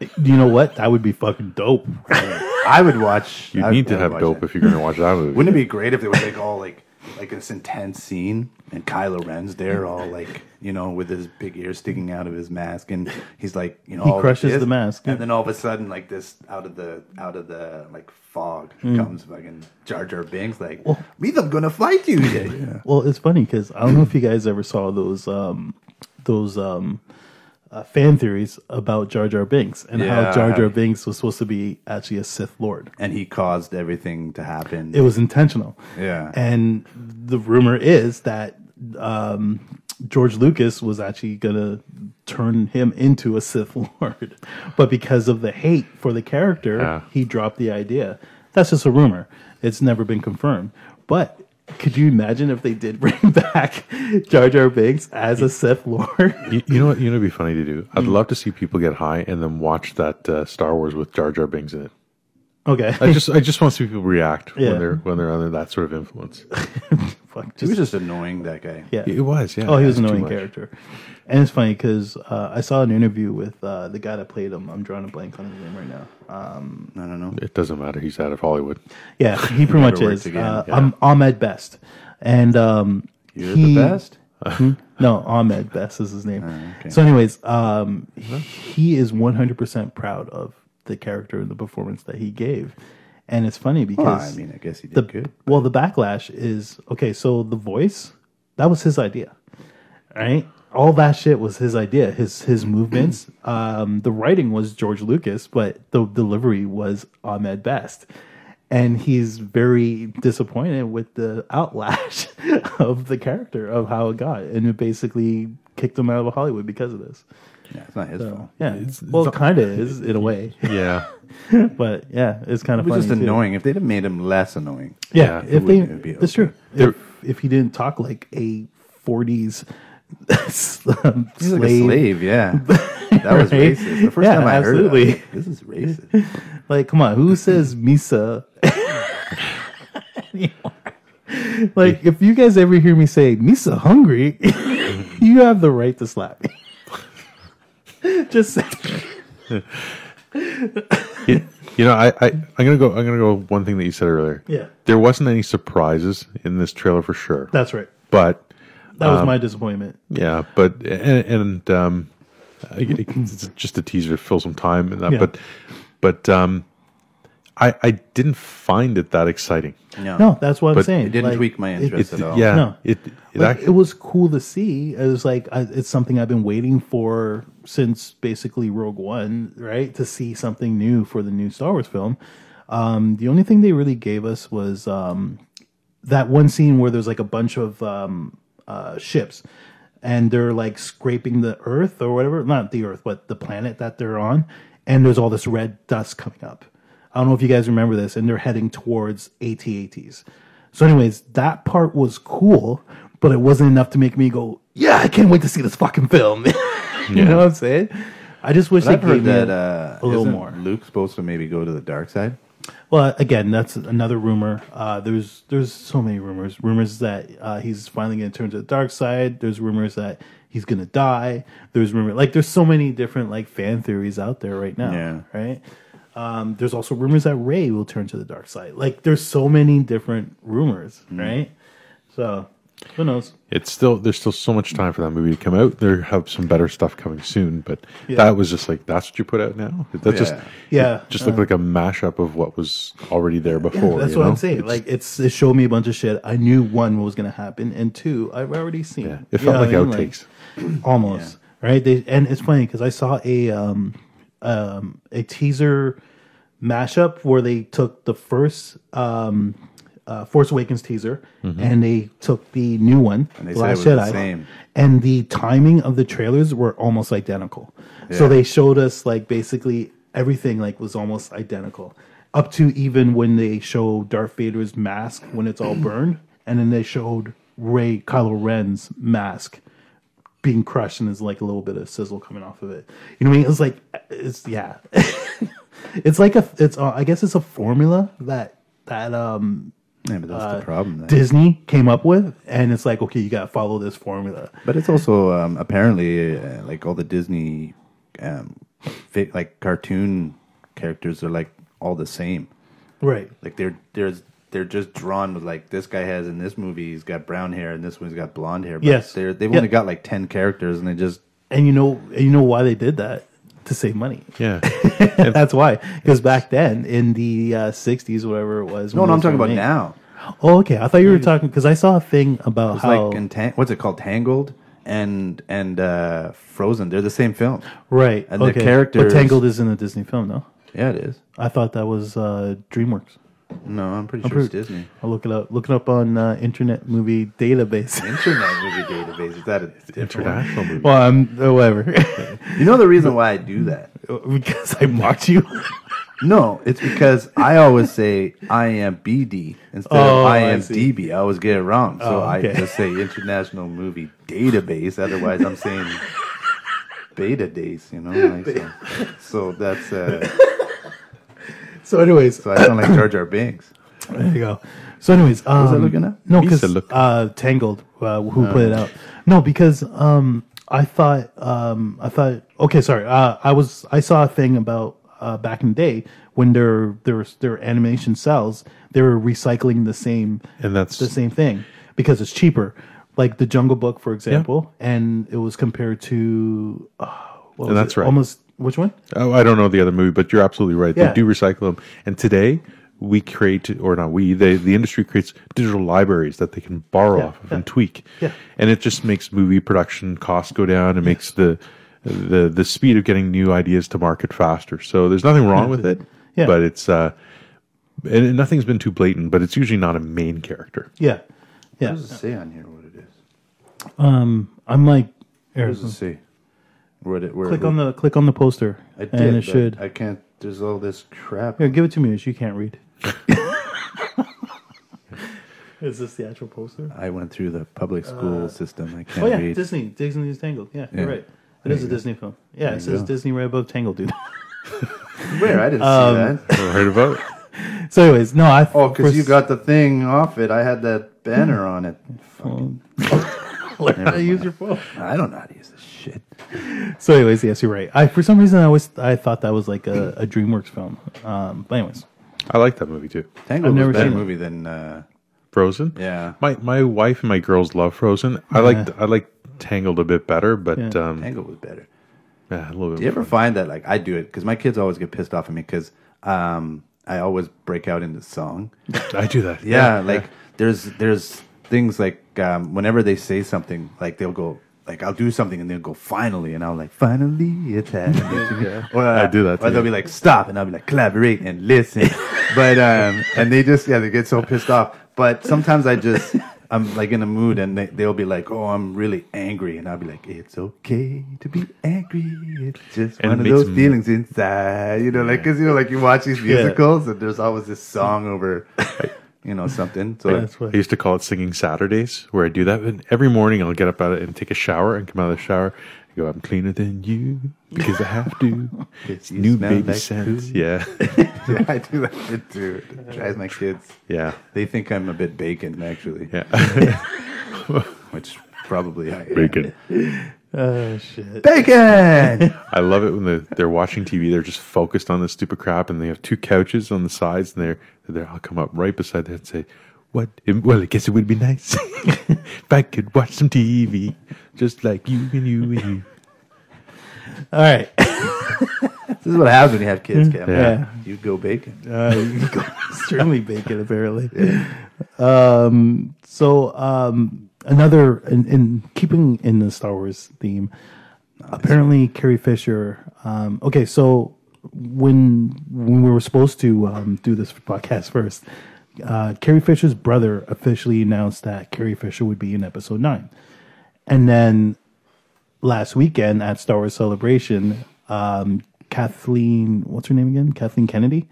You know what? That would be fucking dope.
I would watch.
You
I-
need
I
to
would
have
watch
dope
that.
if you're going to watch that movie.
Wouldn't it be great if they would make all like like this intense scene and Kylo Ren's there, all like you know, with his big ears sticking out of his mask, and he's like, you know, all
crushes
this,
the mask, yeah.
and then all of a sudden, like this out of the out of the like fog
Mm.
comes fucking Jar Jar Binks, like, me, I'm gonna fight you. Yeah,
[LAUGHS]
yeah.
well, it's funny because I don't know if you guys ever saw those um, those um, uh, fan theories about Jar Jar Binks and
Yeah,
how
I
Jar Jar
have.
Binks was supposed to be actually a Sith Lord.
and he caused everything to happen.
it was intentional.
Yeah.
And the rumor is that um, George Lucas was actually going to turn him into a Sith [LAUGHS] Lord, but because of the hate for the character,
Yeah.
he dropped the idea. That's just a rumor. It's never been confirmed. But could you imagine if they did [LAUGHS] bring back Jar Jar Binks as a Sith Lord?
you, you know what? You know, it'd be funny to do. I'd love to see people get high and then watch that uh, Star Wars with Jar Jar Binks in it.
[LAUGHS] okay.
I just, I just want to see people react
Yeah.
when they're when they're under that sort of influence.
Fuck,
he
just
was just annoying that guy.
yeah.
It was, yeah.
Oh, he was
It's
an
too
annoying
much.
character. And it's funny because uh, I saw an interview with uh, the guy that played him. I'm drawing a blank on his name right now.
I don't know.
It doesn't matter. He's out of Hollywood.
Yeah, he pretty much
worked
is.
again,
Uh, I'm Ahmed Best, and um,
You're
he- Hmm?
the best. Ah,
No, Ahmed Best is his name. So, anyways, um, he is 100 percent proud of the character and the performance that he gave. And it's funny because
Well, I mean, I guess he did
the
good.
well, the backlash is okay. So the voice that was his idea, right? All that shit was his idea. His
[CLEARS THROAT]
his movements. um, the writing was George Lucas, but the delivery was Ahmed Best, and he's very disappointed with the outlash [LAUGHS] of the character of how it got, and it basically kicked him out of Hollywood because of this.
Yeah, it's not his fault.
Yeah, well, it
[LAUGHS]
kind of is in a way,
Yeah,
[LAUGHS] but yeah, it's kind of
It was
funny
just
too.
annoying. If they'd have made him less annoying,
Yeah,
Yeah,
if
it
they,
would- it would be
that's true. If, if he didn't talk like a [LAUGHS] '40s slave,
he's like a slave. Yeah,
[LAUGHS]
that was
Right?
racist. The first
Yeah,
time I
absolutely.
heard it, I was like, this is racist.
Like, come on, who says Misa? [LAUGHS] like, if you guys ever hear me say Misa hungry, [LAUGHS] you have the right to slap me. [LAUGHS] Just say,
[LAUGHS] you, you know, I, I, I'm gonna go. I'm gonna go. One thing that you said earlier.
Yeah.
there wasn't any surprises in this trailer for sure.
that's right.
but
That
Um,
was my disappointment.
yeah, but and, and um, I- I- it's just a teaser to fill some time and that.
Yeah.
But but um, I I didn't find it that exciting.
No,
No, that's what I'm
But
saying.
it didn't
Like,
tweak my
it-
interest
It-
at all.
yeah,
No.
it it,
Like,
act-
it was cool to see. It was like I, it's something I've been waiting for since basically Rogue One, right? To see something new for the new Star Wars film. Um, the only thing they really gave us was um, that one scene where there's like a bunch of um, uh, ships, and they're like scraping the Earth or whatever—not the Earth, but the planet that they're on. And there's all this red dust coming up. I don't know if you guys remember this, and they're heading towards AT-ATs. So, anyways, that part was cool, but it wasn't enough to make me go, "Yeah, I can't wait to see this fucking film." [LAUGHS] you know what I'm saying? I just wish they
I've heard
gave me
that
a-
uh,
a little
isn't
more.
Luke's supposed to maybe go to the dark side.
Well, again, that's another rumor. Uh, there's there's so many rumors. Rumors that uh, he's finally going to turn to the dark side. There's rumors that he's going to die. There's rumor like there's so many different like fan theories out there right now.
Yeah.
Right. Um, there's also rumors that Ray will turn to the dark side. Like there's so many different rumors. Right. So who knows?
it's still there's still so much time for that movie to come out. There have some better stuff coming soon, but that was just like that's what you put out now. That just
Yeah.
Yeah. Uh.
it just looked like a mashup of what was already there before.
That's
you
what
know?
I'm saying. like it's it showed me a bunch of shit. I knew one what was going to happen, and two I've already seen.
Yeah, it
You know
felt
what I mean?
like outtakes.
almost right they and it's funny because i saw a um um a teaser mashup where they took the first um uh, Force Awakens teaser, and they took the new one,
Mm-hmm. they
The
said it
Last
was
Jedi,
the same.
and the timing of the trailers were almost identical. So
Yeah.
they showed us like basically everything like was almost identical, up to even when they show Darth Vader's mask when it's
[CLEARS THROAT]
all burned, and then they showed Ray Kylo Ren's mask being crushed and there's like a little bit of sizzle coming off of it. You know what I mean? It's like it's yeah. [LAUGHS] it's like a it's uh, I guess it's a formula that that um
Yeah, but that's the problem. then.
Disney came up with and it's like okay, you got to follow this formula.
But it's also um, apparently uh, like all the Disney, um, fi- like cartoon characters are like all the same.
Right.
Like they're there's they're just drawn with like this guy has in this movie he's got brown hair and this one's got blonde hair. But
Yes.
they're, they've
Yeah.
only got like ten characters and they just
And you know and you know why they did that? To save money.
Yeah.
[LAUGHS] That's why. Because back then in the uh, 60s whatever it was.
no.
when
no I'm
those
talking
were
about
made-
now.
Oh, okay. I thought you were talking because I saw a thing about
It's
how
like entang- what's it called? Tangled and and uh, Frozen. They're the same film.
right.
and the
okay. But
characters-
Tangled isn't a Disney film, no?
Yeah, it is.
I thought that was uh, DreamWorks.
No, I'm pretty sure it's [LAUGHS] Disney.
I'll look it up. Look it up on uh, Internet Movie Database.
Internet movie database. Is that a different? one?
International movie.
[LAUGHS] well, I'm uh, whatever [LAUGHS]
You know the reason why I do that.
because I mocked you. [LAUGHS]
No, it's because I always say I am BD instead
Oh,
of I
I
am
see.
DB. I always get it wrong. So
Oh, okay.
I just say International Movie Database. Otherwise, I'm saying beta days, you know? Like, [LAUGHS] so, so that's, uh,
so, anyways,
so I sound like Jar Jar Binks.
there you go. So, anyways, um, was
I looking at? Oh.
No,
He
because
said look.
uh, Tangled, uh, who put it out? No, because um, I thought, um, I thought, okay, sorry, uh, I was, I saw a thing about uh, back in the day when their their their animation cells, they were recycling the same
And that's-
the same thing because it's cheaper. Like the Jungle Book, for example, and it was compared to. Uh, what was
that's
it?
right.
Almost which one?
Oh, I don't know the other movie, but you're absolutely right.
Yeah.
They do recycle them. And today, we create, or not we, they, the industry creates digital libraries that they can borrow
Yeah,
off of
yeah.
and tweak.
Yeah.
And it just makes movie production costs go down. It makes the the the speed of getting new ideas to market faster. So there's nothing wrong with it.
Yeah.
But it's uh, and nothing's been too blatant. But it's usually not a main character.
Yeah, yeah.
What does it say on here what it is?
I'm like,
What does it say? Where it, where
Mm-hmm. click on the click on the poster,
I did,
and it
but
should.
I can't, there's all this crap.
Here, give it to me. You can't
[LAUGHS]
read. Is this the actual poster?
I went through the public school system. I can't
Oh yeah,
read.
Disney. Disney's Tangled. Yeah, you're
Yeah.
right. It is a Disney film. Yeah, it says
go.
Disney right above Tangled, dude. [LAUGHS]
Where? I didn't see that.
Never heard about? it?
so, anyways, no, I.
Um, [LAUGHS] Oh, because
first- Hmm.
you got the thing off it. I had that banner on it. Fucking,
[LAUGHS] learn how to use your phone.
I don't know how to use this shit.
So, anyways, yes, you're right. I for some reason I always I thought that was like a, a DreamWorks film. Um, but anyways,
I like that movie too.
Tangled
I've
was
never
a better
seen it.
movie than uh,
Frozen.
Yeah.
My my wife and my girls love Frozen. I like I like Tangled a bit better, but
Yeah.
um,
Tangled was better.
yeah, a little bit.
Do you ever find that like I do it because my kids always get pissed off at me because um, I always break out into song.
I do that.
[LAUGHS]
[LAUGHS]
Yeah, like there's there's things like um, whenever they say something like they'll go like I'll do something and they'll go finally and I'll like finally it's happening. [LAUGHS] or, uh,
I do that
Or
too.
they'll be like stop and I'll be like collaborate and
[LAUGHS]
listen. but um, and they just yeah they get so pissed off. But sometimes I just I'm like in a mood and they, they'll be like oh I'm really angry and I'll be like it's okay to be angry. It's just
And it
one of
makes
those
them-
feelings inside. You know like because you know like you watch these musicals and there's always this song over you know something. So
that's what.
I used to call it singing Saturdays, where I do that. And every morning I'll get up out of and take a shower and come out of the shower and go, I'm cleaner than you because I have to.
It's
New baby scent. Yeah. [LAUGHS]
[LAUGHS] Yeah, I do that shit too. It drives my kids.
Yeah.
They think I'm a bit bacon, actually,
Yeah.
[LAUGHS] which probably I am.
Bacon.
Oh shit!
Bacon!
I love it when they're, they're watching TV, they're just focused on this stupid crap and they have two couches on the sides and they're, they're I'll come up right beside there and say, what? Well, I guess it would be nice [LAUGHS] if I could watch some TV just like you and you and you.
All right. [LAUGHS]
this is what happens when you have kids, Kevin.
Yeah.
You go bacon.
Uh, you go extremely bacon, apparently. Um, so um, another in, in keeping in the Star Wars theme, apparently Carrie Fisher. Um, okay, so when when we were supposed to um, do this podcast first, uh, Carrie Fisher's brother officially announced that Carrie Fisher would be in episode nine. And then last weekend at Star Wars Celebration, um, Kathleen, what's her name again? Kathleen Kennedy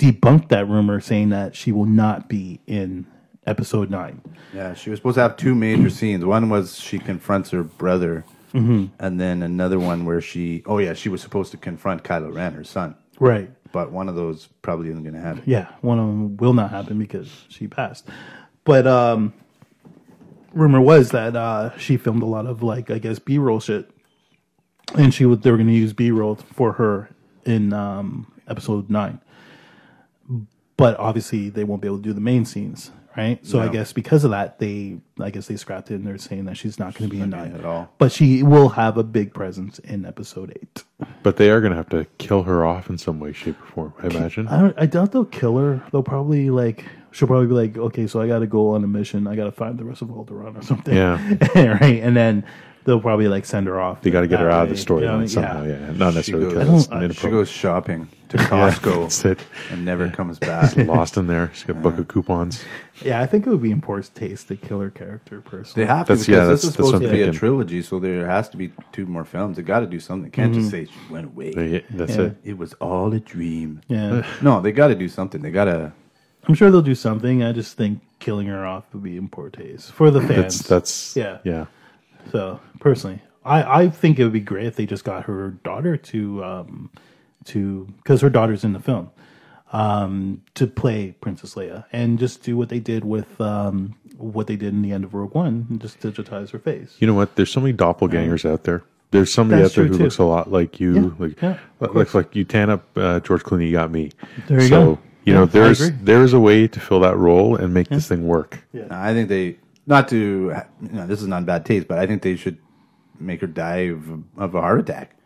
debunked that rumor saying that she will not be in episode nine.
Yeah, she was supposed to have two major scenes. One was she confronts her brother, and then another one where she. Oh yeah, she was supposed to confront Kylo Ren, her son.
Right.
But one of those probably isn't going to happen.
Yeah, one of them will not happen because she passed. But um, rumor was that uh, she filmed a lot of like I guess B roll shit, and she was they were going to use B roll for her in um, episode nine. But obviously, they won't be able to do the main scenes, right? So I
No.
guess because of that, they I guess they scrapped it and they're saying that she's not going to be in
not
nine
in at all.
But she will have a big presence in episode eight.
But they are going to have to kill her off in some way, shape, or form. I imagine.
I, don't, I doubt they'll kill her. They'll probably like she'll probably be like, okay, so I got to go on a mission. I got to find the rest of Alderaan or something.
Yeah.
[LAUGHS] right. And then they'll probably like send her off.
They got to get her
that
out of the
way. You know what I
storyline
mean?
somehow. Yeah, not
goes-
necessarily. kill
I
her. It's
don't- uh,
She
inappropriate.
goes shopping to
[LAUGHS]
Costco
That's it.
and
[LAUGHS]
never comes back.
Lost in there. She's got a book of coupons.
Yeah. I think it would be in poor taste to kill her character personally.
They have to
That's-
because
yeah, that's-
this is
that's what
supposed to
I'm
be a
thinking.
trilogy, so there has to be two more films. They got to do something. They can't just
Mm-hmm.
say she went away.
Yeah, That's
Yeah.
it.
It was all a dream.
Yeah.
[LAUGHS] No, they got to do something. They got to.
I'm sure they'll do something. I just think killing her off would be in poor taste for the fans.
That's that's
Yeah.
yeah.
So personally, I, I think it would be great if they just got her daughter to um to because her daughter's in the film um to play Princess Leia and just do what they did with um what they did in the end of Rogue One and just digitize her face.
You know what? There's so many doppelgangers out there. There's somebody
That's
out there
true,
who
too.
looks a lot like you.
Yeah,
like
yeah, of
looks like you tan up uh, George Clooney. You got me.
There you
so,
go.
You
Yeah, I
know, there's
agree.
there's a way to fill that role and make this thing work.
I think they not to. You know, this is not bad taste, but I think they should make her die of, of a heart attack.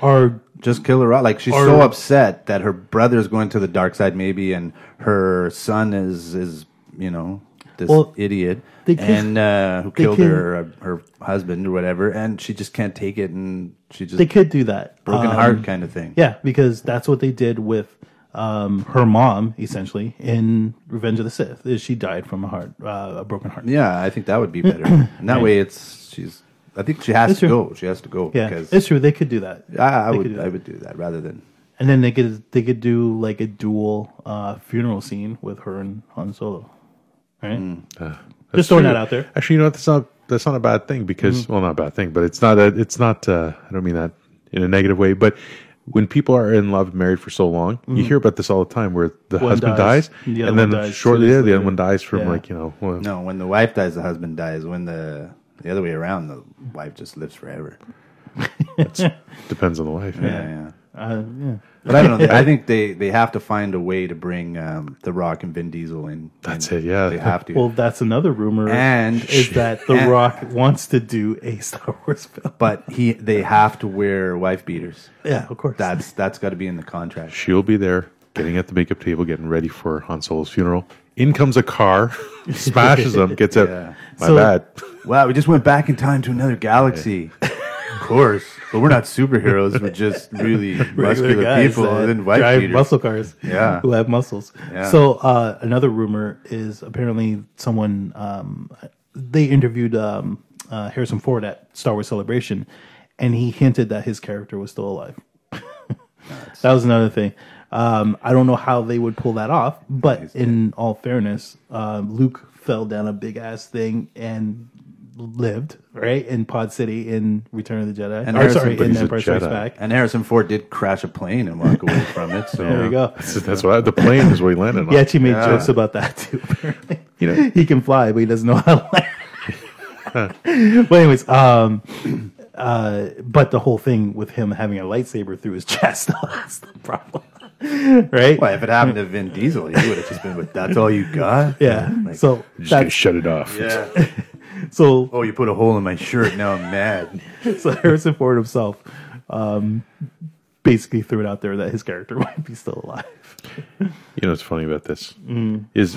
Or
Just kill her out. Like she's
Or-
so upset that her brother's going to the dark side, maybe, and her son is is you know this
Well,
idiot
they can-
and uh, who
they
killed
can-
her uh, her husband or whatever, and she just can't take it, and she just
they could do that. um,
broken heart kind of thing.
Yeah, because that's what they did with um, her mom essentially in Revenge of the Sith. Is she died from a heart, uh, a broken heart.
Yeah, I think that would
[CLEARS THROAT]
be better. and that way, it's she's. I think she has
It's
to
true.
go. She has to go.
Yeah,
because
it's true. They could do that.
I, I
They
would.
could do
I
that.
would do that rather than.
And then they could they could do like a dual uh, funeral scene with her and Han Solo, right? Just throwing that out there. Mm-hmm.
Actually, you know what? That's not that's not a bad thing because well, not a bad thing, but it's not a it's not. Uh, I don't mean that in a negative way, but when people are in love, married for so long, you hear about this all the time, where the
Mm-hmm. One
husband
dies,
dies,
and the other
and then
one dies two
shortly
days
there, the
later.
other one dies from
Yeah.
like you know. Well,
No, when the wife dies, the husband dies. When the the other way around, the wife just lives forever.
Depends on the wife.
Yeah, yeah.
Uh, yeah,
But I
[LAUGHS]
don't know. I think they, they have to find a way to bring um, The Rock and Vin Diesel in.
That's
And
it, yeah.
they have to.
well, that's another rumor,
And-
is that The
and-
Rock wants to do a Star Wars film?
but he they have to wear wife beaters.
Yeah, of course.
That's that's got to be in the contract.
She'll be there, getting at the makeup table, getting ready for Han Solo's funeral. In comes
[LAUGHS]
a car, smashes him, gets out.
Yeah.
My
So-
bad. [LAUGHS]
Wow, we just went back in time to
[LAUGHS]
another galaxy. of course, but we're not superheroes. We're just really muscular people
that
and wife
drive
beaters.
muscle cars.
Yeah.
who have muscles.
Yeah.
So uh, another rumor is apparently someone um, they interviewed um, uh, Harrison Ford at Star Wars Celebration, and he hinted that his character was still alive. [LAUGHS] that was another thing. Um, I don't know how they would pull that off, but in all fairness, um, Luke fell down a big ass thing and lived right in Pod City in Return of the Jedi.
And
Or,
Harrison-
sorry,
but
in
he's a
Empire Strikes
Jedi.
Back.
And Harrison Ford did crash a plane and walk away
[LAUGHS]
from it. So
There you
[LAUGHS]
go.
That's, that's what I, the plane is where he landed on.
He actually made
Yeah.
jokes about that
[LAUGHS]
too. Apparently,
You know.
he can fly, but he doesn't know how to land.
[LAUGHS]
but anyways, um, uh, but the whole thing with him having a lightsaber through his [LAUGHS] chest—that's the problem, right?
Well, if it happened to Vin Diesel, he would have just been with, "That's all you got."
Yeah.
Like,
so
Just gonna
that's
shut it off.
yeah.
so
Oh, you put a hole in my shirt. Now I'm mad.
so Harrison Ford himself um, basically threw it out there that his character [LAUGHS] might be still alive.
You know what's funny about this is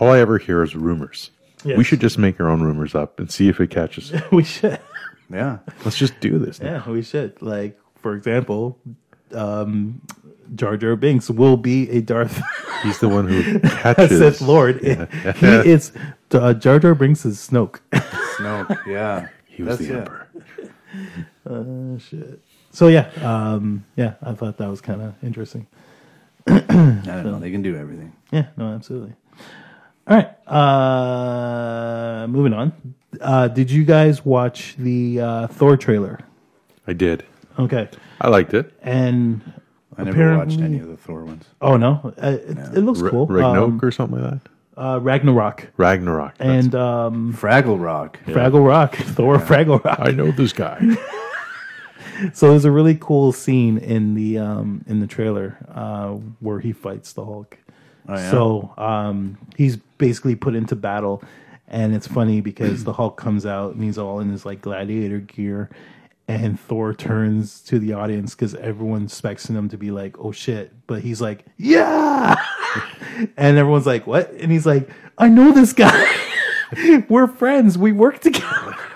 all I ever hear is rumors. We
Mm. Yes.
should just make our own rumors up and see if
[LAUGHS]
it catches.
we should.
Yeah.
Let's just do this.
Yeah, we should. Like, for example, um, Jar Jar Binks will be a Darth
He's the
[LAUGHS]
one who catches.
Sith Lord. [LAUGHS] he is uh, Jar Jar Binks is Snoke. [LAUGHS]
Snoke, yeah.
He was
That's
the
it.
emperor.
Oh, shit. So yeah, um, yeah, I thought that was kind of interesting.
I don't know. They can do everything.
Yeah, no, absolutely. All right, uh, moving on. Uh, did you guys watch the uh, Thor trailer?
I did.
Okay,
I liked it.
and
I never
Apparently-
watched any of the Thor ones.
oh no, uh, it, it looks
R-
cool.
Ragnarok
Um,
or something like that.
uh, Ragnarok
Ragnarok. that's-
and um,
Fraggle Rock.
Fraggle Rock, [LAUGHS] Thor Fraggle Rock.
I know this guy.
[LAUGHS] So there's a really cool scene in the um, in the trailer uh, where he fights the Hulk.
yeah?
So um, he's basically put into battle, and it's funny because the Hulk comes out and he's all in his like gladiator gear, and Thor turns to the audience because everyone's expecting him to be like, "Oh shit," but he's like, "Yeah," [LAUGHS] and everyone's like, "What?" and he's like, "I know this guy. [LAUGHS] We're friends. We work together." [LAUGHS]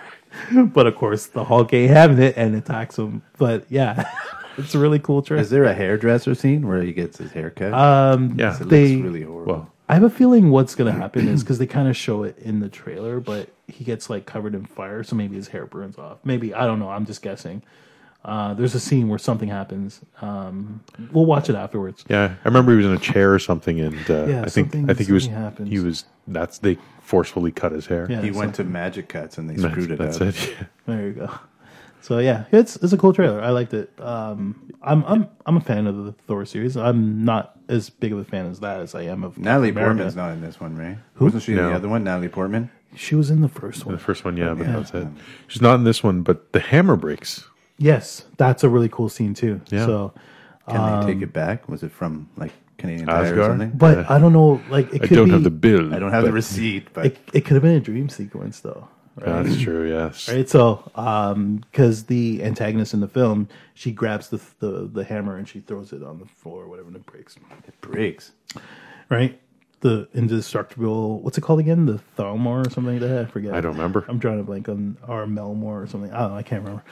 but of course the Hulk ain't having it and attacks him. But yeah, [LAUGHS] it's a really cool trick.
Is there a hairdresser scene where he gets his hair cut?
Um,
Yeah.
it looks
they-
really horrible.
Well,
I have a feeling what's gonna happen is because they kind of show it in the trailer, but he gets like covered in fire, so maybe his hair burns off. Maybe I don't know. I'm just guessing. Uh, there's a scene where something happens. Um, we'll watch it afterwards.
yeah, I remember he was in a chair or something, and uh,
Yeah,
I think
something-
I think he was
something happens.
he was that's they forcefully cut his hair.
Yeah,
he
so-
went to magic cuts and they
that's,
screwed it
that's
up.
it. [LAUGHS]
There you go. So yeah, it's it's a cool trailer. I liked it. Um, I'm I'm I'm a fan of the Thor series. I'm not as big of a fan as that as I am of
Natalie
Captain America.
Portman's not in this one, right? Wasn't she in
No.
the other one? Natalie Portman.
She was in the first one.
The first one, yeah, but that's it. She's not in this one, but the hammer breaks.
Yes, that's a really cool scene too.
Yeah.
So,
Can they
Um,
take it back? Was it from like Canadian Tire or
Asgard?
something?
but I don't know. Like, it
I
could
don't
be,
have the bill.
I don't have the
but-
receipt, but
It, it could have been a dream sequence though,
That's true. Yes.
right? So, um, because the antagonist in the film, she grabs the, the the hammer and she throws it on the floor or whatever, and it breaks.
it
[LAUGHS]
breaks.
Right. The indestructible. What's it called again? The Thalmor or something like that. I forget.
I don't remember.
I'm drawing a blank on our Melmor or something. I don't know. I can't remember.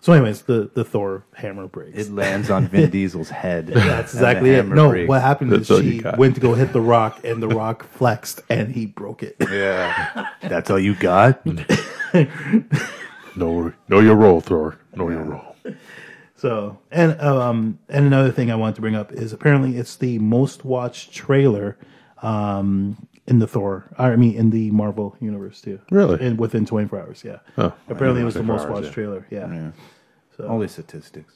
So, anyways, the the Thor hammer breaks.
It lands
[LAUGHS]
on Vin Diesel's head. That's
That's exactly it. No, what happened
That's
is
all you
she
got.
went to go hit the rock, and the rock [LAUGHS] flexed, and he broke it.
Yeah, that's all you got.
Know know your role, Thor. Know your role.
So, and um, and another thing I wanted to bring up is apparently it's the most watched trailer, um, in the Thor. Or, I mean, in the Marvel universe too.
Really?
and within 24 hours, yeah.
Oh.
apparently, it was the
24
most
hours,
watched
yeah.
trailer. Yeah.
Only statistics.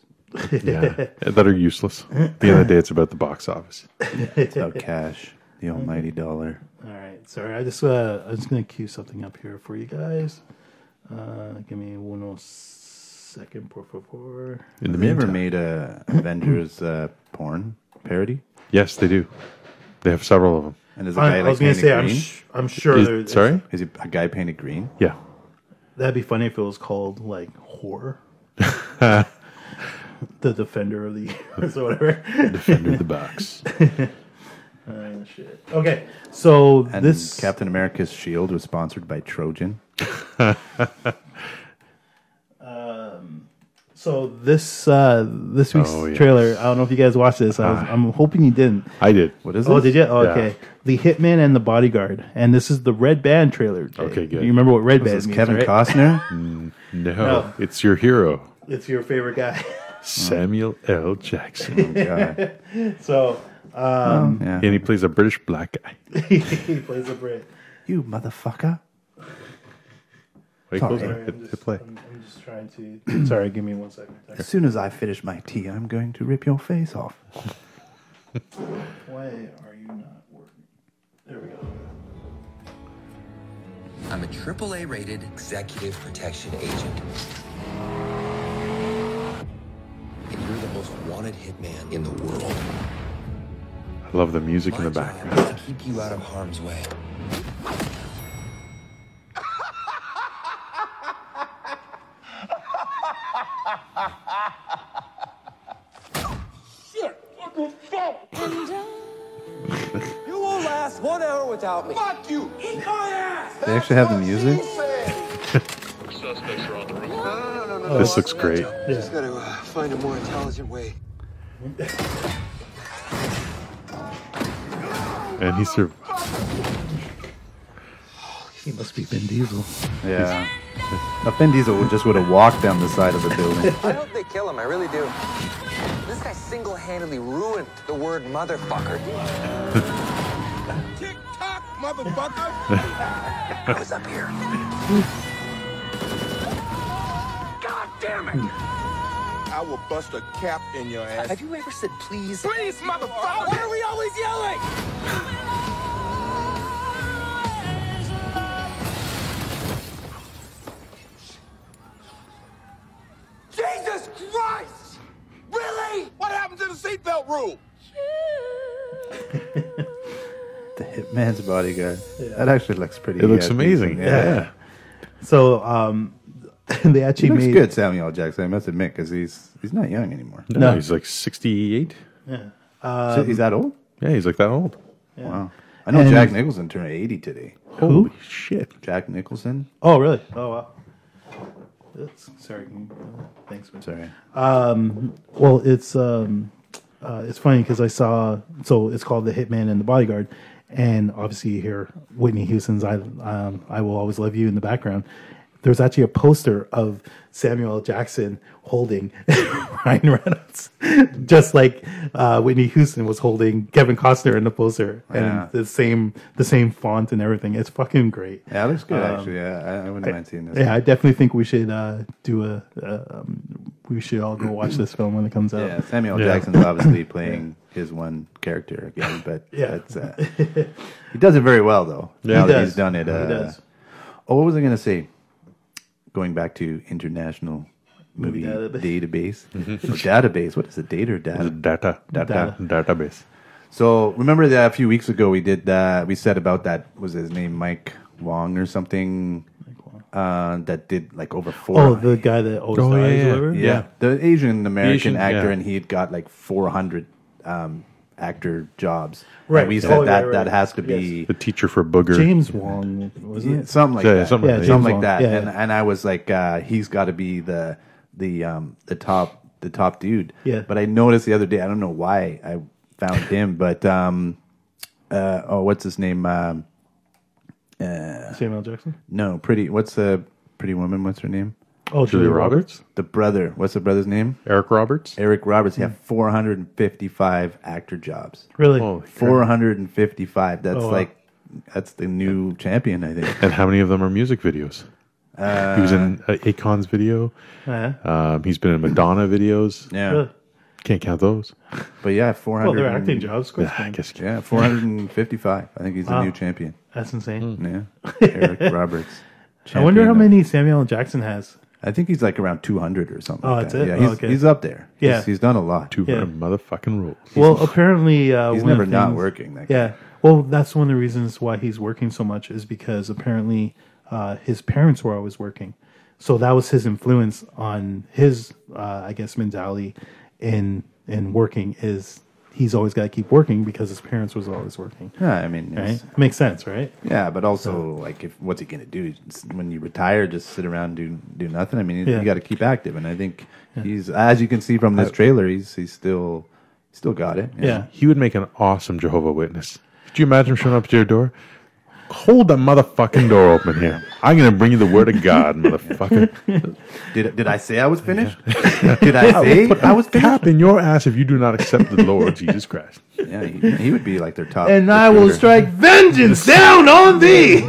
Yeah, that are useless. At the end of the day, it's about the box office.
It's
[LAUGHS]
about cash, the almighty
Mm-hmm.
dollar.
All right. Sorry, I just uh, I'm just gonna cue something up here for you guys. Uh, give me one more second, por favor.
In the
Have they ever
meantime,
made a Avengers uh, porn parody?
yes, they do. They have several of them.
And is a guy
I, I
like
was gonna
painted
say I'm
green?
sh- I'm sure
Is-
there, it's-
sorry.
Is he a guy painted green?
Yeah.
That'd be funny if it was called like horror. the defender of the years or whatever. [LAUGHS]
Defender the box.
Oh, shit. Okay, so
And
this
Captain America's shield was sponsored by Trojan.
so this uh, this week's
Oh, yes.
trailer. I don't know if you guys watched this. I was, I'm hoping you didn't.
I did.
What is
Oh,
this?
did you? Oh,
Yeah.
okay. The Hitman and the Bodyguard, and this is the Red Band trailer. Jay.
Okay, good.
You remember what Red Band
This
is?
is Kevin
right? [LAUGHS]
Costner?
No,
No. Mm.
it's your hero,
It's your favorite guy. [LAUGHS]
Samuel L. Jackson,
Mm, God.
so [LAUGHS]
Yeah.
and he plays a British black guy.
he plays a Brit.
You motherfucker.
Wait,
Sorry.
close it. Hit- hit play.
I'm, I'm just trying to. [CLEARS THROAT] Sorry, give me one second.
As soon as I finish my tea, I'm going to rip your face off.
Why are you not working? There we go.
I'm a AAA rated executive protection agent. And you're the most wanted hitman in the world.
I love the music in the
My
background.
job is to keep you out of harm's way. You won't last one hour without me. Fuck you! Eat my ass!
They actually have the music?
This looks great.
Just gotta uh, find a more intelligent way.
and he sur-
He must be Vin Diesel.
Yeah. Now, Vin Diesel would- just would have walked down the side of the
[LAUGHS]
building.
I hope they kill him. I really do. This guy single-handedly ruined the word motherfucker.
Tick tock, motherfucker.
[LAUGHS] I was up here. God damn it!
I will bust a cap in your ass.
Have you ever said please?
Please, motherfucker. Why are we always yelling? Jesus Christ! Really? What happened to the seatbelt rule?
the Hitman's bodyguard. That actually looks pretty.
It looks
uh,
amazing.
decent.
Yeah.
So um, [LAUGHS] they actually
He looks
made
good, Samuel L. Jackson. I must admit, because he's he's not young anymore.
No, he's like 68.
So he's that old?
Yeah, he's like that old.
Wow. I know
And-
Jack Nicholson turned 80 today.
Holy shit.
Jack Nicholson?
Oh really? Oh wow. That's, sorry. Thanks, man.
Sorry.
Well, it's um, uh, it's funny because I saw so it's called The Hitman and the Bodyguard, and obviously you hear Whitney Houston's "I um, I Will Always Love You" in the background. There's actually a poster of Samuel L. Jackson holding [LAUGHS] Ryan Reynolds, just like uh, Whitney Houston was holding Kevin Costner in the poster,
Oh, Yeah.
and the same the same font and everything. It's fucking great.
Yeah, looks good, actually. Yeah, I, I wouldn't mind seeing this.
Yeah, I definitely think we should uh, do a. Uh, um, we should all go watch this film when it comes out.
Yeah, Samuel Jackson's obviously playing his one character again, but
Yeah.
that's, uh, he does it very well, though. Yeah, now
He
that
does.
he's done it.
He
Uh,
does.
Oh, what was I going to say? Going back to international movie
Movie
database. Or database. What is it? Data or data?
Data.
Data.
Database.
So remember that a few weeks ago we did that. We said about that was his name Mike Wong or something. Uh, that did like over four.
Oh, the guy that always
Oh,
dies
yeah, yeah.
or whatever?
yeah. the Asian American
Asian,
actor,
yeah.
and he had got like four hundred um, actor jobs.
Right.
And we
Oh,
said
yeah,
that
right.
that has to be
The teacher for Booger.
James Wong, wasn't it?
something like
Yeah,
that.
something
Yeah, like that.
something
James
like that.
Bond. Yeah,
and
yeah.
and I was like, uh, he's got to be the the um the top the top dude.
Yeah.
But I noticed the other day. I don't know why I found him, but um, uh, oh, what's his name? Um,
Samuel L. Jackson?
no, pretty. What's the pretty woman? What's her name?
Oh,
Julia Roberts.
The brother. What's the brother's name?
Eric Roberts.
Eric Roberts. He had 455 actor jobs.
Hmm. Really? Oh,
Holy crap.
455. That's
wow.
like that's the new champion, I think.
And how many of them are music videos? he was in uh, Akon's video.
Uh-huh.
Um, he's been in Madonna videos.
Yeah.
[LAUGHS] Really?
Can't count those.
But yeah, 400.
Well, they're
and-
acting jobs. of course.
I guess you can't.
Yeah, 455. I think he's the new champion.
That's insane. [LAUGHS]
Yeah. Eric Roberts.
I wonder
Champion
how
of-
many Samuel L. Jackson has.
I think he's like around 200 or something.
Oh,
like
that's
that.
it?
Yeah,
Oh,
he's,
okay.
he's up there.
Yeah.
He's, he's done a lot.
Two
Yeah.
motherfucking rules.
Well, apparently, uh,
He's
one of
never
the
not
things-
working. That guy.
Yeah. Well, that's one of the reasons why he's working so much is because apparently uh, his parents were always working, so that was his influence on his, uh, I guess, mentality in in working is he's always got to keep working because his parents was always working.
Yeah, I mean,
Right?
it's-
Makes sense, right?
yeah, but also like, if what's he gonna do It's- when you retire? Just sit around and do do nothing. I mean,
Yeah.
you got to keep active, and I think he's as you can see from this trailer, he's he's still still got it.
Yeah.
He would make an awesome Jehovah Witness. Could you imagine him showing up to your door? Hold the motherfucking door open here. I'm going to bring you the word of God, motherfucker.
Did did I say I was finished?
[LAUGHS]
did I say I was finished?
Cap in your ass if you do not accept the Lord Jesus Christ.
Yeah, he, he would be like their top.
And I will
recruiter.
strike vengeance down on thee.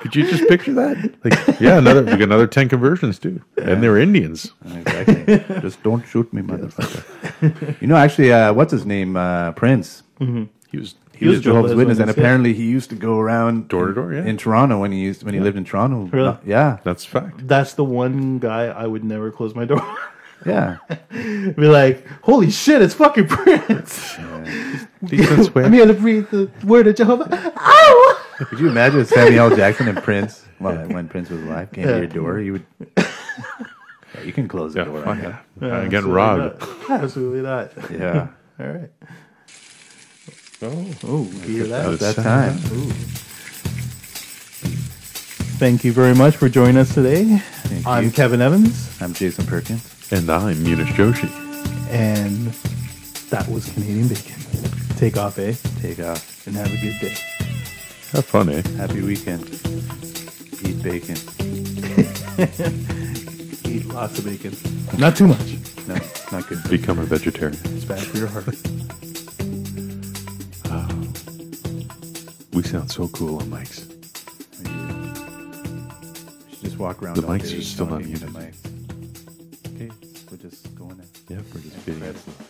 Could you just picture that? Like, yeah, another we got another ten conversions too, and they were Indians.
Exactly. Just don't shoot me, motherfucker. you know, actually, uh, what's his name? Uh, Prince.
Mm-hmm.
He was
He was Jehovah's Witness, and
Witness, yeah.
apparently he used to go around
Door to door, yeah.
in Toronto when he used when he lived in Toronto.
Really?
Uh, yeah,
that's [LAUGHS] fact.
That's the one guy I would never close my door. [LAUGHS]
yeah.
Be like, holy shit, it's fucking Prince.
Decent
I'm
swear.
here to read the word of Jehovah. Ow!
Could you imagine if [LAUGHS] Samuel L. Jackson and Prince, well, when Prince was alive, came to your door? You would. Yeah, you can close the
Yeah,
door.
fuck
on that.
yeah. I'm getting robbed.
Not. Absolutely not. [LAUGHS]
Yeah,
All right.
Oh,
Oh, hear
that
that?
was that time.
Thank you very much for joining us today. I'm
you.
Kevin Evans,
I'm Jason Perkins.
[LAUGHS] and I'm Munish Joshi.
and that was Canadian Bacon. Take off, eh?
Take off. and have a good day.
Have fun, eh?
Happy weekend. Eat bacon. Eat lots of bacon.
Not too much.
No, not good.
Become a vegetarian.
It's bad for your heart.
We sound so cool on mics.
You should just walk around.
The
all
mics
day
are still not
talking to
muted.
mics. Okay, we're just going there.
Yeah, we're just getting
Incredible.